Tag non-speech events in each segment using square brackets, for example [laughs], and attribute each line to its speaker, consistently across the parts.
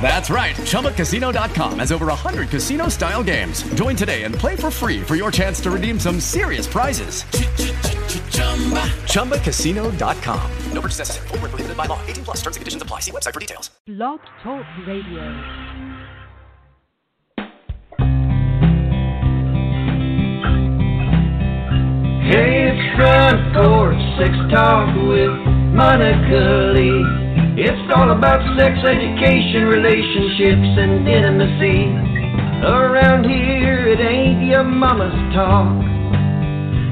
Speaker 1: That's right. ChumbaCasino.com has over 100 casino style games. Join today and play for free for your chance to redeem some serious prizes. ChumbaCasino.com. No purchase necessary. Void where prohibited by law. 18 plus terms and conditions apply. See website for details.
Speaker 2: Blog Talk Radio.
Speaker 3: Hey, it's front porch sex talk with Monica Lee. It's all about sex education, relationships, and intimacy. Around here, it ain't your mama's talk.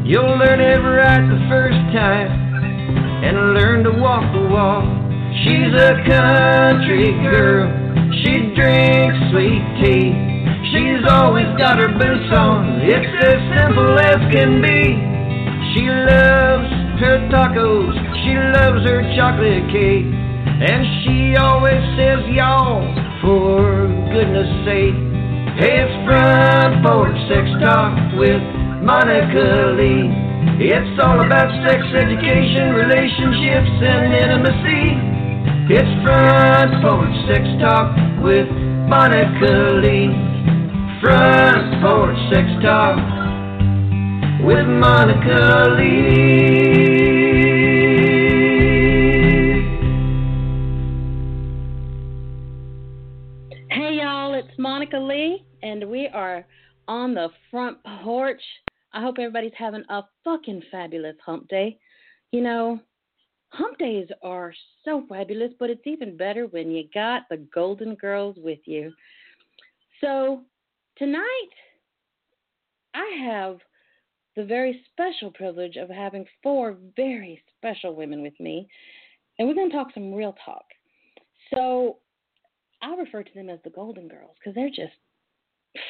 Speaker 3: You'll learn it right the first time and learn to walk the walk. She's a country girl. She drinks sweet tea. She's always got her boots on. It's as simple as can be. She loves her tacos. She loves her chocolate cake. And she always says, y'all, for goodness sake. Hey, it's front porch sex talk with Monica Lee. It's all about sex education, relationships, and intimacy. It's front porch sex talk with Monica Lee. Front porch sex talk with Monica Lee.
Speaker 4: Hey y'all, it's Monica Lee, and we are on the front porch. I hope everybody's having a fucking fabulous hump day. You know, hump days are so fabulous, but it's even better when you got the Golden Girls with you. So, tonight I have the very special privilege of having four very special women with me, and we're going to talk some real talk. So I refer to them as the Golden Girls because they're just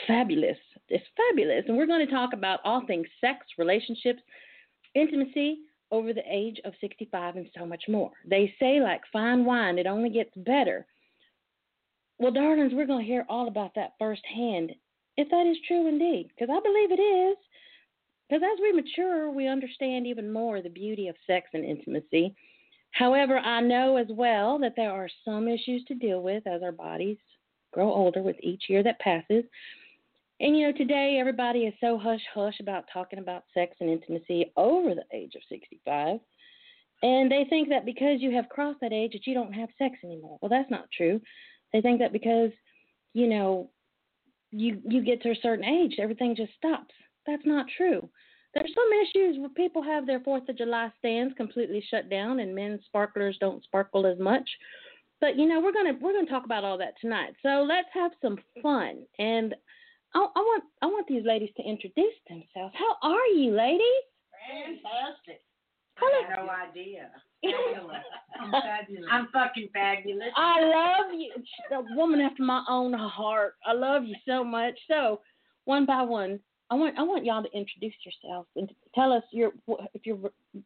Speaker 4: fabulous. It's fabulous. And we're going to talk about all things sex, relationships, intimacy over the age of 65, and so much more. They say, like fine wine, it only gets better. Well, darlings, we're going to hear all about that firsthand, if that is true indeed, because I believe it is. Because as we mature, we understand even more the beauty of sex and intimacy. However, I know as well that there are some issues to deal with as our bodies grow older with each year that passes. And you know, today everybody is so hush hush about talking about sex and intimacy over the age of 65. And they think that because you have crossed that age that you don't have sex anymore. Well, that's not true. They think that because, you know, you you get to a certain age, everything just stops. That's not true. There's some issues where people have their Fourth of July stands completely shut down, and men's sparklers don't sparkle as much. But you know, we're gonna we're gonna talk about all that tonight. So let's have some fun. And I, I want I want these ladies to introduce themselves. How are you, ladies?
Speaker 5: Fantastic.
Speaker 4: Hello.
Speaker 5: I have no [laughs] idea. Fabulous. [laughs] I'm fucking fabulous.
Speaker 4: I love you, the woman after my own heart. I love you so much. So, one by one, I want I want y'all to introduce yourselves and tell us your if your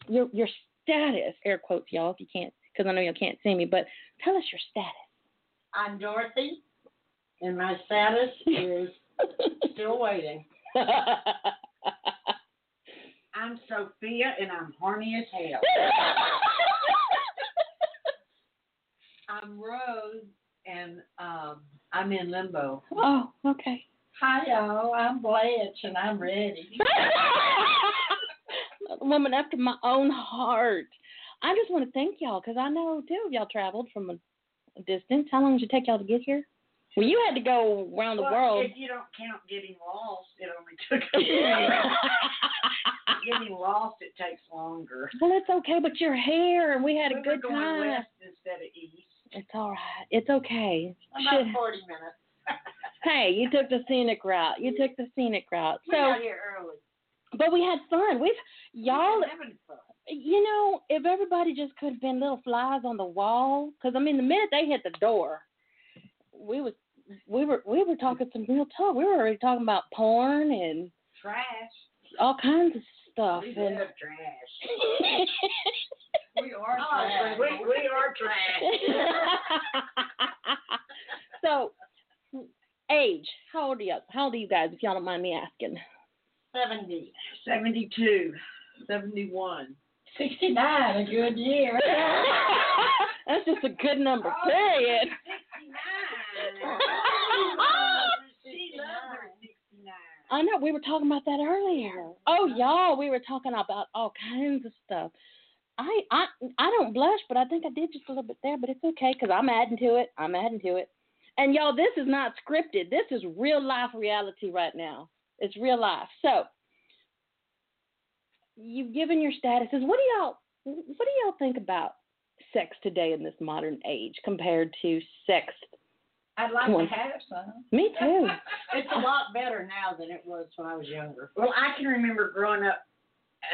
Speaker 4: your your status, air quotes, y'all, if you can't, because I know y'all can't see me, but tell us your status.
Speaker 5: I'm Dorothy, and my status is still [laughs] waiting. I'm Sophia, and I'm horny as hell. [laughs] I'm Rose, and um, I'm in limbo.
Speaker 4: oh, okay.
Speaker 5: Hi, y'all. I'm Blanche, and I'm ready.
Speaker 4: Another woman after my own heart. I just want to thank y'all because I know two of y'all traveled from a distance. How long did it take y'all to get here? Well, you had to go around the
Speaker 5: well,
Speaker 4: world.
Speaker 5: If you don't count getting lost, it only took a [laughs] day. getting lost, it takes longer.
Speaker 4: [laughs] well, it's okay, but you're here and we had a
Speaker 5: we
Speaker 4: good
Speaker 5: were going
Speaker 4: time.
Speaker 5: west instead of east.
Speaker 4: It's all right. It's okay.
Speaker 5: About
Speaker 4: Shit.
Speaker 5: 40 minutes.
Speaker 4: Hey, you took the scenic route. You took the scenic route.
Speaker 5: We
Speaker 4: So,
Speaker 5: got here early.
Speaker 4: but we had fun. We've y'all.
Speaker 5: We're having fun.
Speaker 4: You know, if everybody just could have been little flies on the wall, because I mean, the minute they hit the door, we was we were we were talking some real talk. We were already talking about porn and
Speaker 5: Trash.
Speaker 4: all kinds of stuff.
Speaker 5: We
Speaker 4: And
Speaker 5: love trash.
Speaker 4: [laughs]
Speaker 5: Oh, [laughs] We are trash. We, we are trash.
Speaker 4: [laughs] So, age. How old are you? How old are you guys? If y'all don't mind me asking.
Speaker 6: 70.
Speaker 5: 72, 71.
Speaker 6: 69, a good year.
Speaker 4: That's just a good number. Period.
Speaker 5: 69. she loves her 69.
Speaker 4: I know we were talking about that earlier. Oh, y'all, we were talking about all kinds of stuff. I I I don't blush, but I think I did just a little bit there, but it's okay because I'm adding to it. I'm adding to it. And y'all, this is not scripted. This is real life reality right now. It's real life. So you've given your statuses. What do y'all what do y'all think about sex today in this modern age compared to sex?
Speaker 6: I'd like
Speaker 4: Come on.
Speaker 6: to have some.
Speaker 4: Me too.
Speaker 6: It's a lot better now than it was when I was younger.
Speaker 5: Well, I can remember growing up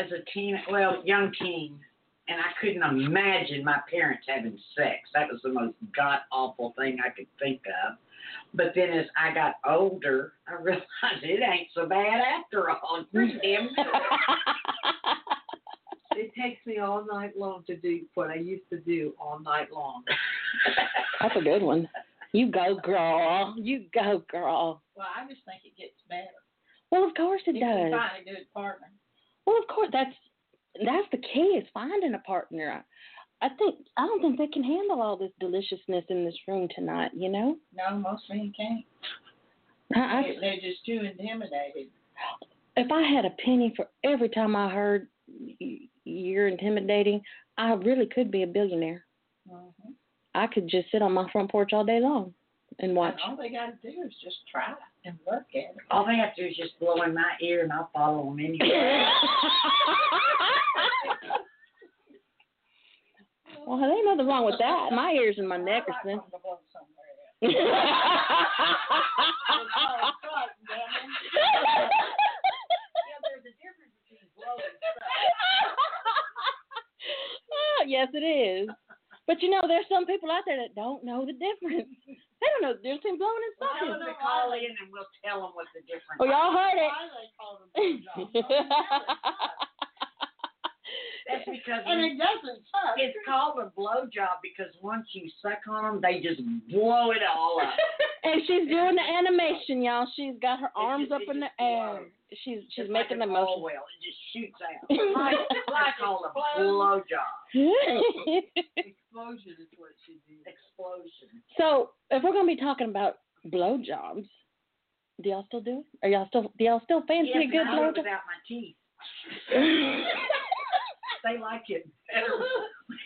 Speaker 5: as a teen, well, young teen, and I couldn't imagine my parents having sex. That was the most god awful thing I could think of. But then as I got older, I [laughs] realized it ain't so bad after all. Pretty damn good.
Speaker 3: It takes me all night long to do what I used to do all night long.
Speaker 4: That's a good one. You go, girl. You go, girl.
Speaker 6: Well, I just think it gets better.
Speaker 4: Well, of course it
Speaker 6: If you
Speaker 4: does.
Speaker 6: find a good partner.
Speaker 4: Well, of course that's that's the key is finding a partner. I think I don't think they can handle all this deliciousness in this room tonight. You know,
Speaker 6: No, most men can't.
Speaker 4: I, I,
Speaker 6: They- They're just too intimidated.
Speaker 4: if I had a penny for every time I heard y- you're intimidating, I really could be a billionaire.
Speaker 6: Mhm.
Speaker 4: I could just sit on my front porch all day long and watch.
Speaker 6: And all they got to do is just try and work at it.
Speaker 5: All they have to do is just blow in my ear and I'll follow them
Speaker 4: [laughs]
Speaker 5: anywhere.
Speaker 4: Well, there ain't nothing wrong with that. My ears and my neck are
Speaker 6: I
Speaker 4: thin. [laughs]
Speaker 6: want to go somewhere else.
Speaker 5: "Oh,
Speaker 4: well, yes, it is. But you know, there's some people out there that don't know the difference. They don't know the difference between blowing and
Speaker 5: Tell
Speaker 4: sucking.
Speaker 5: them to call in and we'll tell them what the difference
Speaker 4: Oh, y'all heard it.
Speaker 6: Why they call them blue jobs?
Speaker 4: [laughs]
Speaker 5: That's because
Speaker 6: And it doesn't suck.
Speaker 5: It's called a blowjob because once you suck on them, they just blow it all up.
Speaker 4: and she's doing the animation, y'all. She's got her arms
Speaker 5: just-
Speaker 4: up
Speaker 5: it
Speaker 4: in the
Speaker 5: just
Speaker 4: air.
Speaker 5: blows.
Speaker 4: She's she's
Speaker 5: It's
Speaker 4: making the
Speaker 5: like an
Speaker 4: motion.
Speaker 5: oil. It just shoots
Speaker 4: [laughs]
Speaker 5: out. Like, like all a blowjob
Speaker 3: Explosion is what she did.
Speaker 5: explosion.
Speaker 4: [laughs] so if we're gonna be talking about blowjobs, do y'all still do it? Are y'all still do y'all still fancy
Speaker 5: Yes,
Speaker 4: a good
Speaker 5: and I do it
Speaker 4: blowjob?
Speaker 5: without my teeth.
Speaker 4: [laughs]
Speaker 5: [laughs] They like it better.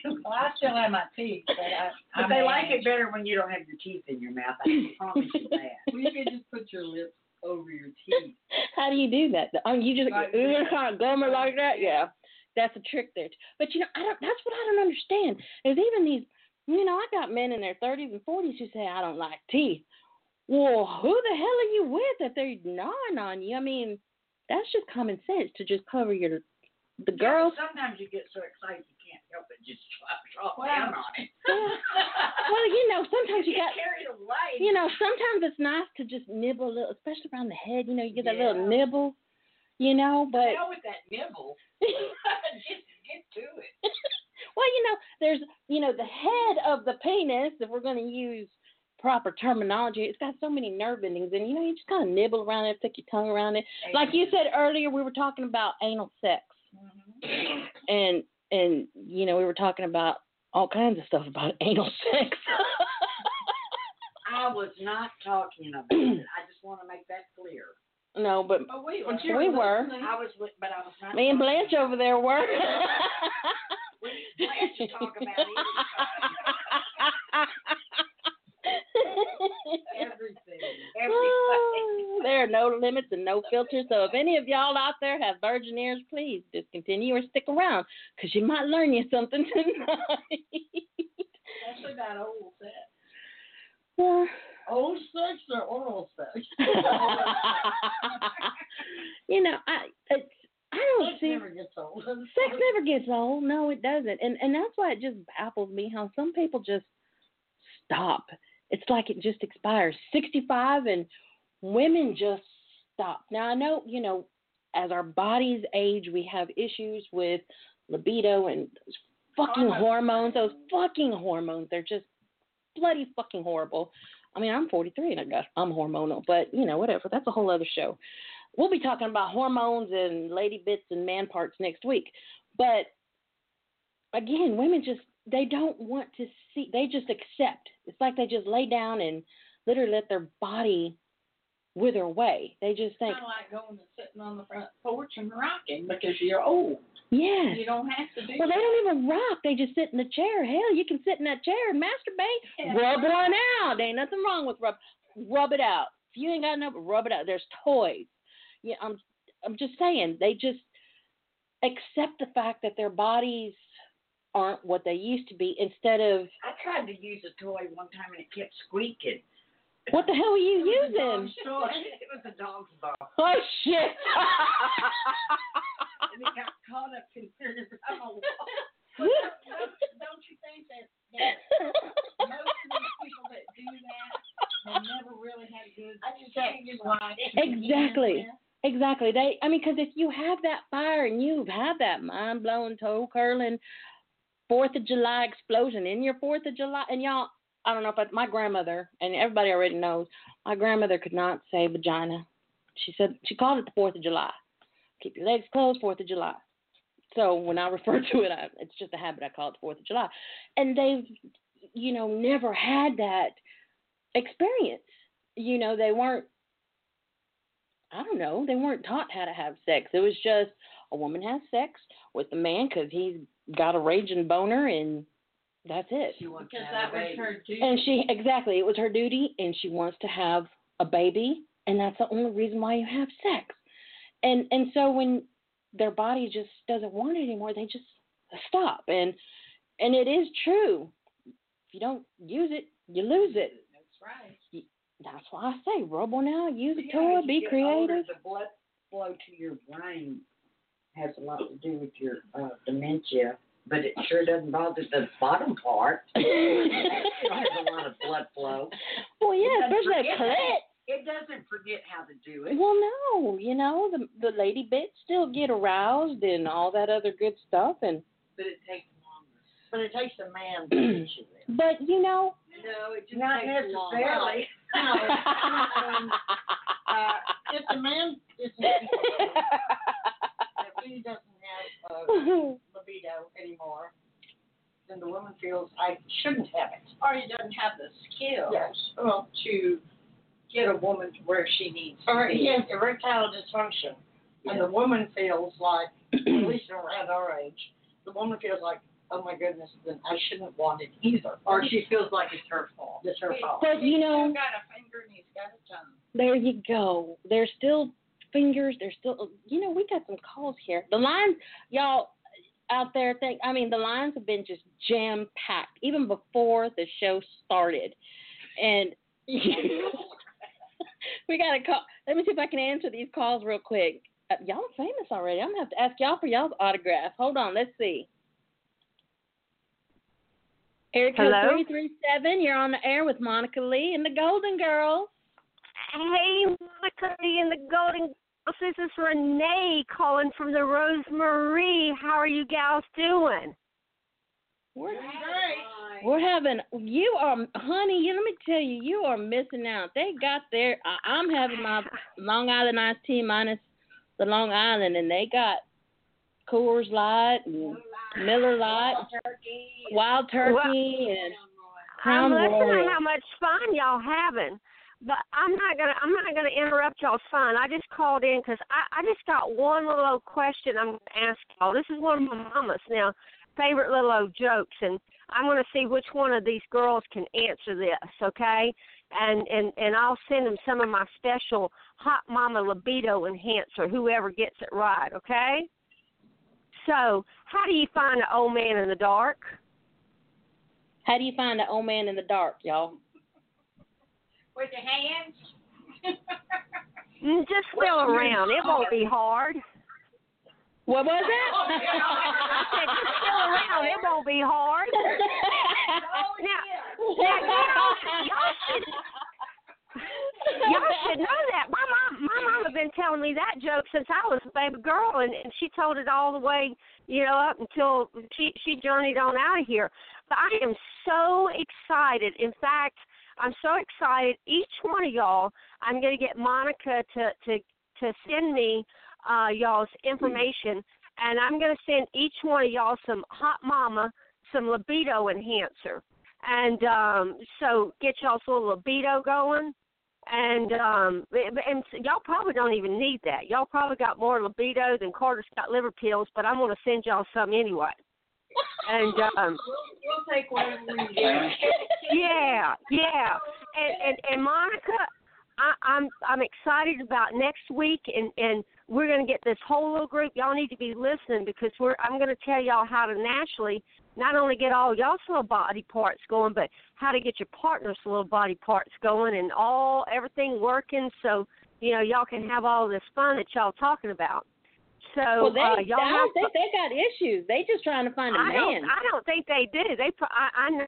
Speaker 6: Well, I still have my teeth, but I.
Speaker 5: But
Speaker 6: I
Speaker 5: they
Speaker 6: manage.
Speaker 5: like it better when you don't have your teeth in your mouth. I promise you that.
Speaker 3: Well, you could just put your lips over your teeth.
Speaker 4: How do you do that? Oh, you just
Speaker 3: Like
Speaker 4: you
Speaker 3: that.
Speaker 4: just kind of gum it like that? Yeah, that's a trick there. But you know, I don't. That's what I don't understand. Is even these, you know, I got men in their thirties and forties who say I don't like teeth. Well, who the hell are you with if they're gnawing on you? I mean, that's just common sense to just cover your the
Speaker 5: [laughs]
Speaker 4: girls.
Speaker 5: Sometimes you get so excited you can't help it. Just drop, drop
Speaker 6: Wow.
Speaker 5: down on [laughs] it.
Speaker 4: Well, you know, sometimes you
Speaker 5: Get
Speaker 4: got.
Speaker 5: carried away.
Speaker 4: You know, sometimes it's nice to just nibble a little, especially around the head. You know, you get that little
Speaker 5: Yeah.
Speaker 4: nibble. You know, but
Speaker 5: Hell with that nibble. [laughs] just get to it.
Speaker 4: Well, you know, there's, you know, the head of the penis, if we're going to use proper terminology, it's got so many nerve endings. And, you know, you just kind of nibble around it, stick your tongue around it. Like you said earlier, we were talking about anal sex.
Speaker 5: Mm-hmm.
Speaker 4: [clears throat] And, and, you know, we were talking about all kinds of stuff about [laughs] anal sex.
Speaker 5: I was not talking about it. I just want to make that clear.
Speaker 4: no, but
Speaker 3: Oh, wait,
Speaker 4: But you We were.
Speaker 5: I was with, but I was not.
Speaker 4: me and Blanche over there were.
Speaker 5: We need
Speaker 4: [laughs]
Speaker 5: Blanche to talk about [laughs] it.
Speaker 4: [laughs]
Speaker 5: [laughs]
Speaker 3: everything.
Speaker 4: [laughs]
Speaker 5: Everything.
Speaker 4: Ah, there are no limits and no filters. So if any of y'all out there have virgin ears, please discontinue or stick around because you might learn you something [laughs] tonight. [laughs]
Speaker 6: Especially about old sex.
Speaker 4: Well,
Speaker 6: Old sex or oral sex?
Speaker 4: you know, I it's, I don't
Speaker 6: Sex
Speaker 4: see
Speaker 6: never gets old.
Speaker 4: sex never gets old. No, it doesn't, and and that's why it just baffles me how some people just stop. It's like it just expires. Sixty five and women just stop. Now I know you know as our bodies age, we have issues with libido and those fucking hormones. Those fucking hormones. They're just bloody fucking horrible. I mean, I'm 43 and I got I'm hormonal, but you know, whatever. That's a whole other show. We'll be talking about hormones and lady bits and man parts next week. But again, women just they don't want to see. They just accept. It's like they just lay down and literally let their body wither away. They just think,
Speaker 5: Kind of like going and sitting on the front porch and rocking because you're old.
Speaker 4: yes.
Speaker 5: You don't have to do
Speaker 4: Well, they
Speaker 5: that.
Speaker 4: don't even rock. They just sit in the chair. Hell, you can sit in that chair and masturbate.
Speaker 5: Yeah.
Speaker 4: Rub one out. There ain't nothing wrong with rub. Rub it out. If you ain't got enough, rub it out. There's toys. Yeah, I'm. I'm just saying they just accept the fact that their bodies aren't what they used to be. Instead of
Speaker 7: I tried to use a toy one time and it kept squeaking.
Speaker 4: what the hell are you
Speaker 7: It was a
Speaker 4: using?
Speaker 7: dog's toy. It was a dog's ball.
Speaker 4: [laughs] Oh
Speaker 7: [laughs]
Speaker 4: shit! [laughs]
Speaker 7: And it got caught up in there. I'm a wall.
Speaker 5: But don't- don't, don't you think that, that most of these people that do that, they never really had good
Speaker 7: I just can't get why.
Speaker 4: Exactly. Exactly. They. I mean, because if you have that fire and you have that mind blowing, toe curling, Fourth of July explosion in your Fourth of July, and y'all, I don't know, but my grandmother and everybody already knows my grandmother could not say vagina. She said she called it the Fourth of July. Keep your legs closed, Fourth of July. So when I [laughs] refer to it, I, it's just a habit. I call it the Fourth of July, and they've, you know, never had that experience. You know, they weren't I don't know. They weren't taught how to have sex. It was just a woman has sex with a man because he's got a raging boner and that's it.
Speaker 7: She wants to
Speaker 5: Because
Speaker 7: have
Speaker 5: that
Speaker 7: a
Speaker 5: was
Speaker 7: baby.
Speaker 5: her duty.
Speaker 4: And she, exactly, it was her duty and she wants to have a baby and that's the only reason why you have sex. And and so when their body just doesn't want it anymore, they just stop. And and it is true. If you don't use it, you lose it.
Speaker 5: That's right.
Speaker 4: That's why I say rub one out, use a
Speaker 7: Yeah,
Speaker 4: toy,
Speaker 7: as you
Speaker 4: be
Speaker 7: get
Speaker 4: creative.
Speaker 7: older, the blood flow to your brain has a lot to do with your uh, dementia, but it sure doesn't bother the bottom part. it has a lot of blood flow.
Speaker 4: [laughs] Well, yeah,
Speaker 7: Because
Speaker 4: especially a
Speaker 7: forget
Speaker 4: clit.
Speaker 7: It doesn't forget how to do it.
Speaker 4: Well, no, you know the the lady bits still get aroused and all that other good stuff, and
Speaker 7: But it takes longer.
Speaker 5: But it takes a man to [clears throat] teach you that.
Speaker 4: but you know, [laughs]
Speaker 8: No, it just
Speaker 7: Not
Speaker 8: takes long.
Speaker 7: necessarily.
Speaker 5: [laughs]
Speaker 7: [laughs]
Speaker 5: No, um, uh, if the man isn't if he doesn't have a libido anymore, then the woman feels I shouldn't have it, or he doesn't have the skills well, to get a woman to where she needs or to be. he has erectile dysfunction, and the woman feels like [clears throat] at least around our age, the woman feels like. Oh my goodness! Then I shouldn't want it either, or she feels like it's her fault. It's her fault.
Speaker 4: But, you know-
Speaker 5: he's got a finger and he's got a
Speaker 4: [laughs]
Speaker 5: tongue. [laughs]
Speaker 4: there you go. There's still fingers. There's still you know we got some calls here. The lines, y'all out there think I mean the lines have been just jam packed even before the show started, and [laughs] we got a call. Let me see if I can answer these calls real quick. Uh, y'all famous already. I'm gonna have to ask y'all for y'all's autograph. Hold on, let's see. Eric
Speaker 9: Hello?
Speaker 4: three three seven. You're on the air with Monica Lee and the Golden Girls.
Speaker 9: Hey, Monica Lee and the Golden Girls. This is Renee calling from the Rosemarie. How are you gals doing?
Speaker 4: We're
Speaker 7: Right.
Speaker 4: We're having you are, honey. You, let me tell you, you are missing out. They got their. I, I'm having [laughs] my Long Island iced tea minus the Long Island, and they got Coors Light, and Miller Light, Wild Turkey, and Crown
Speaker 9: I'm listening
Speaker 4: Royal.
Speaker 9: to how much fun y'all having, but I'm not gonna I'm not gonna interrupt y'all's fun. I just called in because I I just got one little old question I'm gonna ask y'all. This is one of my mama's now favorite little old jokes, and I'm gonna see which one of these girls can answer this. Okay, and and and I'll send them some of my special hot mama libido enhancer. Whoever gets it right, okay. So, how do you find an old man in the dark?
Speaker 4: How do you find an old man in the dark, y'all?
Speaker 5: With your hands?
Speaker 9: Mm, Just feel around. It won't be [laughs] hard.
Speaker 4: What was Oh,
Speaker 9: I said, just feel around. It won't be hard. [laughs]
Speaker 4: that?
Speaker 9: Now, y'all should, y'all should know that. My mom, my mom has been telling me that joke since I was a baby girl, and, and she told it all the way, you know, up until she she journeyed on out of here. But I am so excited. In fact, I'm so excited. Each one of y'all, I'm going to get Monica to to to send me uh, y'all's information, and I'm going to send each one of y'all some Hot Mama, some libido enhancer, and um, so get y'all's little libido going. And um, and y'all probably don't even need that. Y'all probably got more libido than Carter's got liver pills, but I'm going to send y'all some anyway. And um,
Speaker 5: We'll take whatever we can get.
Speaker 9: yeah, yeah. And and, and Monica, I, I'm I'm excited about next week, and and we're gonna get this whole little group. Y'all need to be listening because we're I'm gonna tell y'all how to naturally not only get all y'all's little body parts going, but how to get your partner's little body parts going, and all everything working. So you know y'all can have all this fun that y'all talking about. So
Speaker 4: [laughs] Well, they,
Speaker 9: uh, y'all
Speaker 4: I
Speaker 9: have
Speaker 4: don't think they got issues. They just trying to find a
Speaker 9: I
Speaker 4: man.
Speaker 9: Don't, I don't think they do. They, pro- I, I know.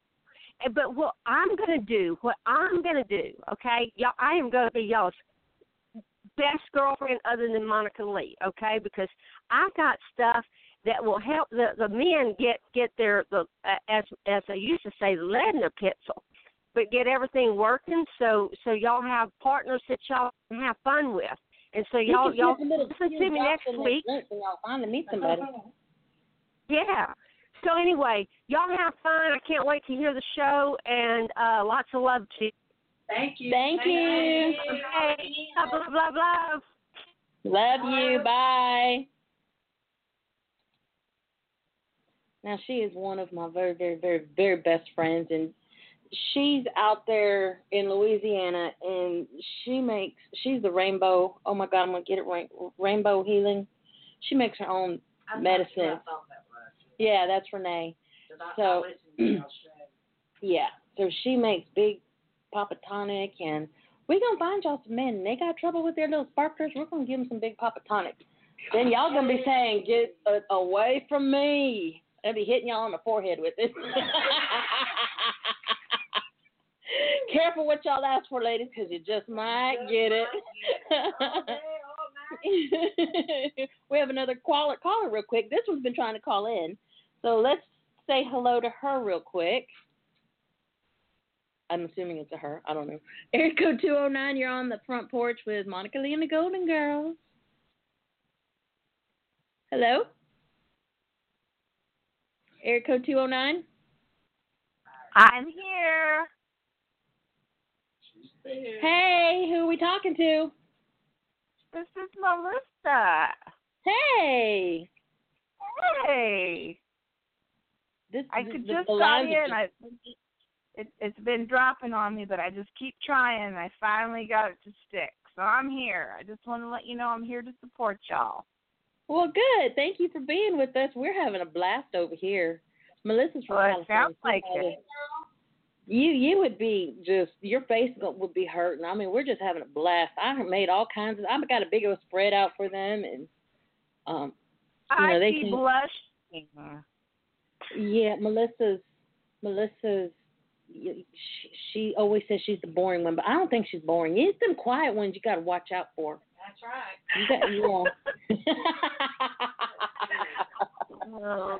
Speaker 9: But what I'm gonna do, what I'm gonna do, okay, y'all, I am gonna be y'all's best girlfriend other than Monica Lee, okay? Because I've got stuff that will help the the men get get their the uh, as as I used to say, the lead in their pencil, but get everything working so so y'all have partners that y'all can have fun with, and so
Speaker 4: You
Speaker 9: y'all
Speaker 4: can
Speaker 9: y'all
Speaker 4: send them to the
Speaker 9: listen to me
Speaker 4: Jim
Speaker 9: next
Speaker 4: Johnson
Speaker 9: week.
Speaker 4: link and Y'all finally meet somebody.
Speaker 9: Yeah. So anyway, y'all have fun. I can't wait to hear the show and uh lots of love to you.
Speaker 5: Thank you.
Speaker 4: Thank you.
Speaker 9: Okay. Blah blah blah blah.
Speaker 4: Love you. Bye. Now she is one of my very, very, very, very best friends, and she's out there in Louisiana, and she makes she's the rainbow. Oh my God, I'm gonna get it right. Rainbow healing. She makes her own.
Speaker 5: I'm not
Speaker 4: Medicine.
Speaker 5: sure I thought that was,
Speaker 4: Yeah, that's Renee.
Speaker 5: 'cause I- I
Speaker 4: So-
Speaker 5: listened to
Speaker 4: [clears throat]
Speaker 5: y'all's show.
Speaker 4: Yeah, so she makes big Papa Tonic, and we gonna find y'all some men. They got trouble with their little sparklers. We're gonna give them some big Papa Tonic. Then y'all gonna be saying, "Get uh, away from me!" They'll be hitting y'all on the forehead with it. [laughs] Careful what y'all ask for, ladies, 'cause you just might get it. [laughs] we have another caller, caller real quick. This one's been trying to call in. So let's say hello to her real quick. I'm assuming it's a her. I don't know. Area code 209, you're on the front porch with Monica Lee and the Golden Girls. Hello? Area code 209?
Speaker 9: I'm here.
Speaker 4: Hey, who are we talking to?
Speaker 9: This is Melissa.
Speaker 4: Hey!
Speaker 9: Hey.
Speaker 4: This,
Speaker 10: I
Speaker 4: this-
Speaker 10: could
Speaker 4: the-
Speaker 10: just
Speaker 4: the
Speaker 10: got
Speaker 4: lines are
Speaker 10: in.
Speaker 4: just-
Speaker 10: I, it, it's been dropping on me, but I just keep trying. and I finally got it to stick. So I'm here. I just want to let you know I'm here to support y'all.
Speaker 4: Well, good. Thank you for being with us. We're having a blast over here. Melissa's from
Speaker 10: Well, it
Speaker 4: California.
Speaker 10: sounds like
Speaker 4: Somebody- You you would be just your face go- would be hurting. I mean, we're just having a blast. I made all kinds of. I've got a big old spread out for them, and um, You know,
Speaker 10: I
Speaker 4: they
Speaker 10: keep
Speaker 4: can-
Speaker 10: blushing.
Speaker 4: [laughs] yeah, Melissa's Melissa's. y- She, she always says she's the boring one, but I don't think she's boring. It's them quiet ones you got to watch out for.
Speaker 5: That's right.
Speaker 4: You got,
Speaker 5: [laughs]
Speaker 4: yeah.
Speaker 10: Well,
Speaker 4: [laughs]
Speaker 9: Oh.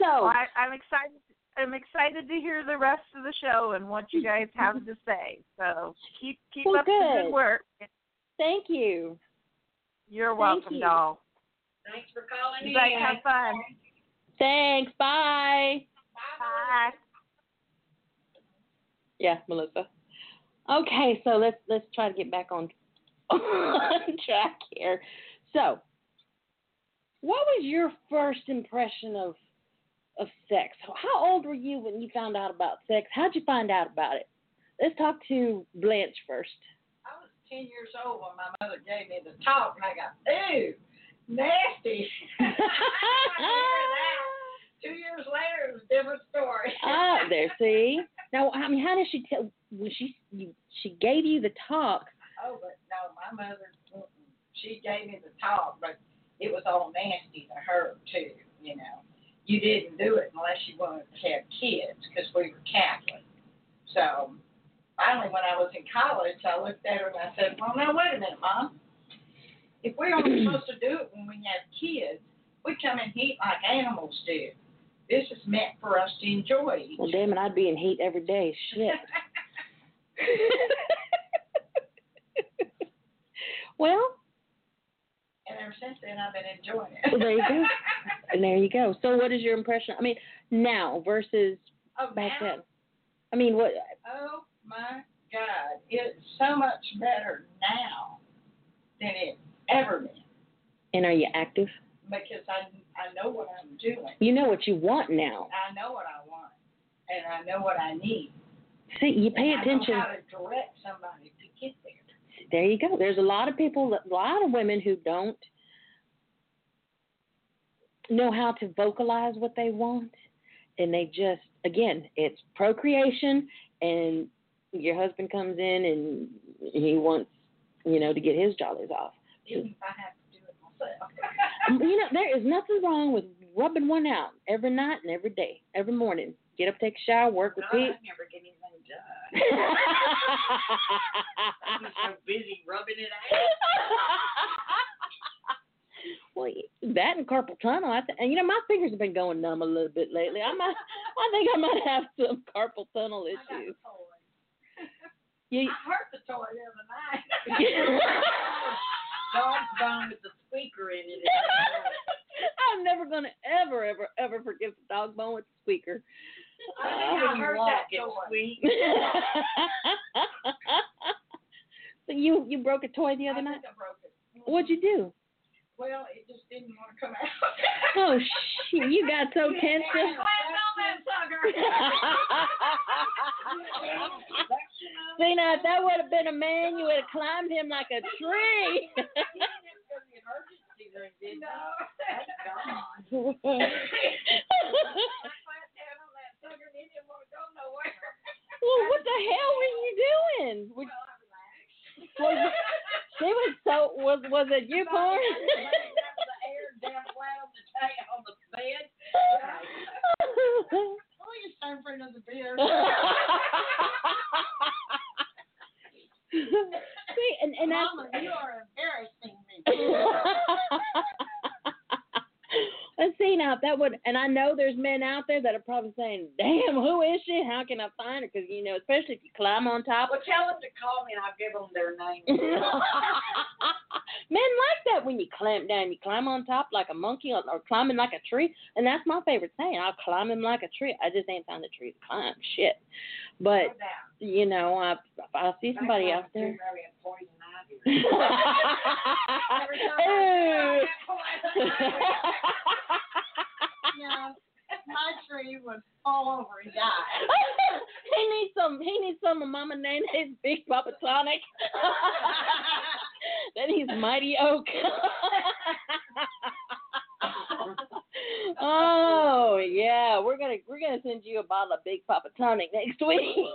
Speaker 4: so
Speaker 10: I, I'm excited. I'm excited to hear the rest of the show and what you guys have to say. So keep keep
Speaker 4: Well,
Speaker 10: up the
Speaker 4: good.
Speaker 10: good work.
Speaker 4: thank you.
Speaker 10: You're
Speaker 4: Thank
Speaker 10: welcome,
Speaker 4: you.
Speaker 10: doll.
Speaker 5: Thanks for calling
Speaker 10: You
Speaker 5: in.
Speaker 10: guys have fun.
Speaker 4: Thanks. Bye.
Speaker 10: Bye.
Speaker 4: Yeah, Melissa. Okay, so let's let's try to get back on [laughs] on track here. So, what was your first impression of of sex? How old were you when you found out about sex? How'd you find out about it? Let's talk to Blanche first. [laughs]
Speaker 5: I was ten years old when my mother gave me the talk, and I got ew, nasty. [laughs] I remember that. Two years later, it was a different story.
Speaker 4: Ah, there. See, now I mean, how did she tell? When she you, she gave you the talk,
Speaker 5: oh, but no, my mother, mm-mm. she gave me the talk, but it was all nasty to her too. You know, you didn't do it unless you wanted to have kids because we were Catholic. So finally, when I was in college, I looked at her and I said, "Well, now wait a minute, Mom. If
Speaker 4: [clears throat]
Speaker 5: we're only supposed to do it when we have kids, we come and eat like animals do. This is meant for us to enjoy.
Speaker 4: Well, damn it, I'd be in heat every day.
Speaker 5: [laughs]
Speaker 4: Shit. well,
Speaker 5: And ever since then, I've been enjoying it.
Speaker 4: there you
Speaker 5: [laughs]
Speaker 4: go. And there you go. So, what is your impression? I mean, now versus
Speaker 5: Oh,
Speaker 4: back
Speaker 5: now?
Speaker 4: then. I mean, what?
Speaker 5: Oh my God, it's so much better now than it ever been
Speaker 4: And are you active?
Speaker 5: because I I know what I'm doing.
Speaker 4: You know what you want now.
Speaker 5: I know what I want, and I know what I need.
Speaker 4: See, you pay
Speaker 5: And I
Speaker 4: attention.
Speaker 5: know how to direct somebody to get there.
Speaker 7: [laughs]
Speaker 4: There you go. There's a lot of people, a lot of women who don't know how to vocalize what they want, and they just, again, it's procreation, and your husband comes in and he wants, you know, to get his jollies off.
Speaker 5: Even if I have to do it
Speaker 7: [laughs]
Speaker 5: myself.
Speaker 4: Um, you know, there is nothing wrong with rubbing one out every night and every day, every morning. Get up, take a shower, work,
Speaker 7: God, Oh, I
Speaker 4: repeat.
Speaker 7: never get anything done.
Speaker 5: [laughs]
Speaker 4: [laughs]
Speaker 7: I'm so busy rubbing it
Speaker 5: [laughs]
Speaker 7: [laughs]
Speaker 4: Well, that and carpal tunnel. I th- and you know, my fingers have been going numb a little bit lately. I might, [laughs] I think I might have some carpal tunnel issues.
Speaker 5: [laughs]
Speaker 4: You,
Speaker 5: I heard the toy the other night.
Speaker 4: Yeah.
Speaker 7: [laughs] Dog's
Speaker 5: [laughs]
Speaker 7: bone with the squeaker in it.
Speaker 4: [laughs] I'm never gonna ever, ever, ever forgive the dog bone with the squeaker.
Speaker 5: I think [laughs] I heard that
Speaker 7: It's
Speaker 5: toy.
Speaker 7: sweet.
Speaker 4: [laughs]
Speaker 5: [laughs]
Speaker 4: so you you broke a toy the
Speaker 5: I
Speaker 4: other
Speaker 5: think
Speaker 4: night.
Speaker 5: I broke it.
Speaker 4: What'd you do?
Speaker 5: Well, it just didn't want to come out. [laughs]
Speaker 4: Oh shit! You got so tense.
Speaker 5: Yeah,
Speaker 4: just- See now, if that would have been a man, you would have climbed him like a tree. [laughs] well, what the hell were you doing? Were- Was, she was so was was it you porn? See, and and [laughs] that's-
Speaker 5: Mama, you are embarrassing
Speaker 4: [laughs]
Speaker 5: me.
Speaker 4: Let's see now if that would, and I know there's men out there that are probably saying, "Damn, who is she? How can I find her?" Because you know, especially if you climb on top.
Speaker 7: Well, tell them to call me and I'll give them their name.
Speaker 4: Men like that when you clamp down, you climb on top like a monkey or, or climbing like a tree, and that's my favorite saying. I'll climb him like a tree. I just ain't found a tree to climb. Shit, but you know, I I see [laughs] somebody out there. [laughs] Ooh. [laughs]
Speaker 5: [laughs] Yeah, [laughs] my tree was all over and died.
Speaker 4: he needs some. He needs some of Mama Nene's Big Papa Tonic. [laughs] then he's mighty oak. oh yeah, we're gonna we're gonna send you a bottle of Big Papa Tonic next week.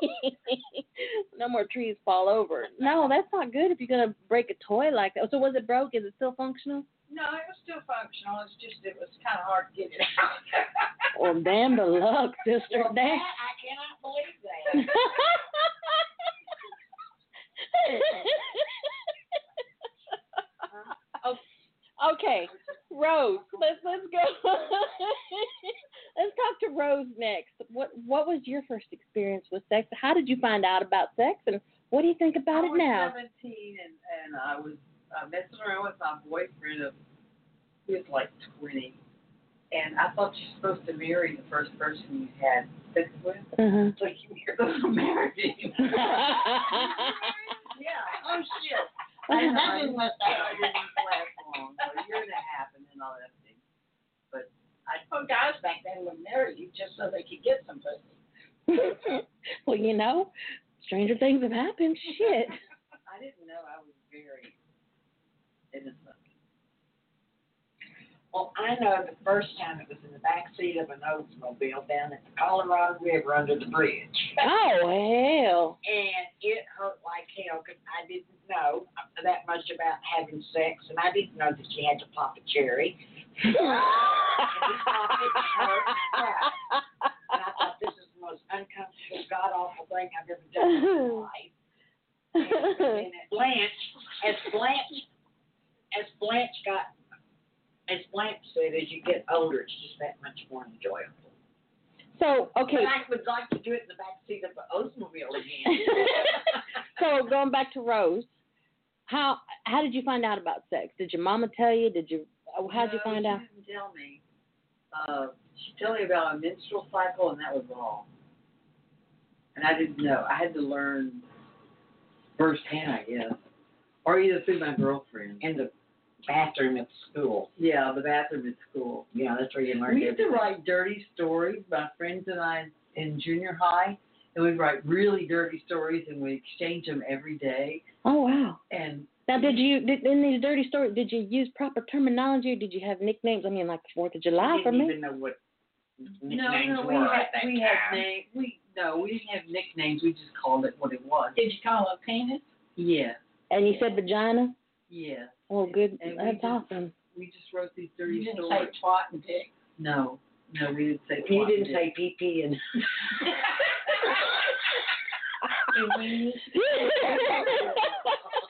Speaker 4: [laughs] no more trees fall over. No, that's not good if you're gonna break a toy like that. So was it broke? Is it still functional?
Speaker 5: No, it was still functional. It's just it was kind of hard to get it out.
Speaker 4: Well, Oh, damn the luck, sister.
Speaker 5: Well,
Speaker 4: Damn.
Speaker 5: that, I cannot believe that.
Speaker 4: [laughs] okay, Rose. Let's let's go. [laughs] let's talk to Rose next. What what was your first experience with sex? How did you find out about sex, and what do you think about
Speaker 8: I
Speaker 4: it
Speaker 8: was
Speaker 4: now?
Speaker 8: 17 and, and I was uh, messing around with my boyfriend of he was like 20, and I thought you're supposed to marry the first person you had sex with.
Speaker 4: Uh-huh. [laughs]
Speaker 8: So you hear those married.
Speaker 5: Yeah. Oh
Speaker 4: [laughs]
Speaker 5: shit.
Speaker 8: I
Speaker 5: that
Speaker 8: know.
Speaker 5: didn't last
Speaker 8: I
Speaker 5: that long.
Speaker 8: didn't last long, a year and a half, and then I left him.
Speaker 5: Well, guys back then would marry you just so they could get some pussy.
Speaker 4: well, you know, stranger things have happened. Shit.
Speaker 8: I didn't know I was very innocent.
Speaker 7: Well, I know the first time it was in the back seat of an Oldsmobile down at the Colorado River under the bridge.
Speaker 4: Oh hell.
Speaker 7: and it hurt like hell because I didn't know that much about having sex, and I didn't know that you had to pop a cherry. and he popped it and hurt and I cried. And I thought this is the most uncomfortable, god awful thing I've ever done in my life.
Speaker 5: [laughs]
Speaker 4: [laughs]
Speaker 7: And then at Blanche, as Blanche, as Blanche got, as Blanche said, as you get older, it's just that much more enjoyable.
Speaker 4: So okay.
Speaker 11: And I would like to do it in the backseat of an Oldsmobile
Speaker 4: [laughs]
Speaker 11: again.
Speaker 4: so going back to Rose, how how did you find out about sex? Did your mama tell you? Did you how did you
Speaker 3: No,
Speaker 4: find
Speaker 3: she
Speaker 4: out?
Speaker 3: didn't tell me. Uh, she told me about a menstrual cycle, and that was all. And I didn't know. I had to learn firsthand, I guess, or either through my girlfriend.
Speaker 5: In the bathroom at school.
Speaker 3: Yeah, the bathroom at school.
Speaker 5: Yeah, that's where you learn
Speaker 3: We used to
Speaker 5: everything.
Speaker 3: write dirty stories, my friends and I, in junior high, and we'd write really dirty stories, and we exchange them every day.
Speaker 4: Oh wow.
Speaker 3: And
Speaker 4: Now did you did, in these dirty stories did you use proper terminology? Did you have nicknames? I mean like Fourth of July
Speaker 5: I
Speaker 4: for
Speaker 5: didn't
Speaker 4: me.
Speaker 5: even know what
Speaker 3: no,
Speaker 5: nicknames
Speaker 3: no,
Speaker 5: were
Speaker 3: we had
Speaker 5: at that
Speaker 3: we
Speaker 5: time.
Speaker 3: had name we no, we didn't have nicknames. We just called it what it was.
Speaker 11: Did you call a penis?
Speaker 3: Yeah,
Speaker 4: And you said vagina.
Speaker 3: yeah.
Speaker 4: Oh good.
Speaker 3: And we
Speaker 4: That's
Speaker 3: just- [laughs]
Speaker 4: awesome. [laughs]
Speaker 3: We just wrote these
Speaker 11: You
Speaker 3: dirty
Speaker 11: didn't say
Speaker 3: stories.
Speaker 11: twat and dick.
Speaker 3: No, no, we didn't say.
Speaker 5: You
Speaker 3: twat
Speaker 5: didn't
Speaker 3: dick.
Speaker 5: say pee pee and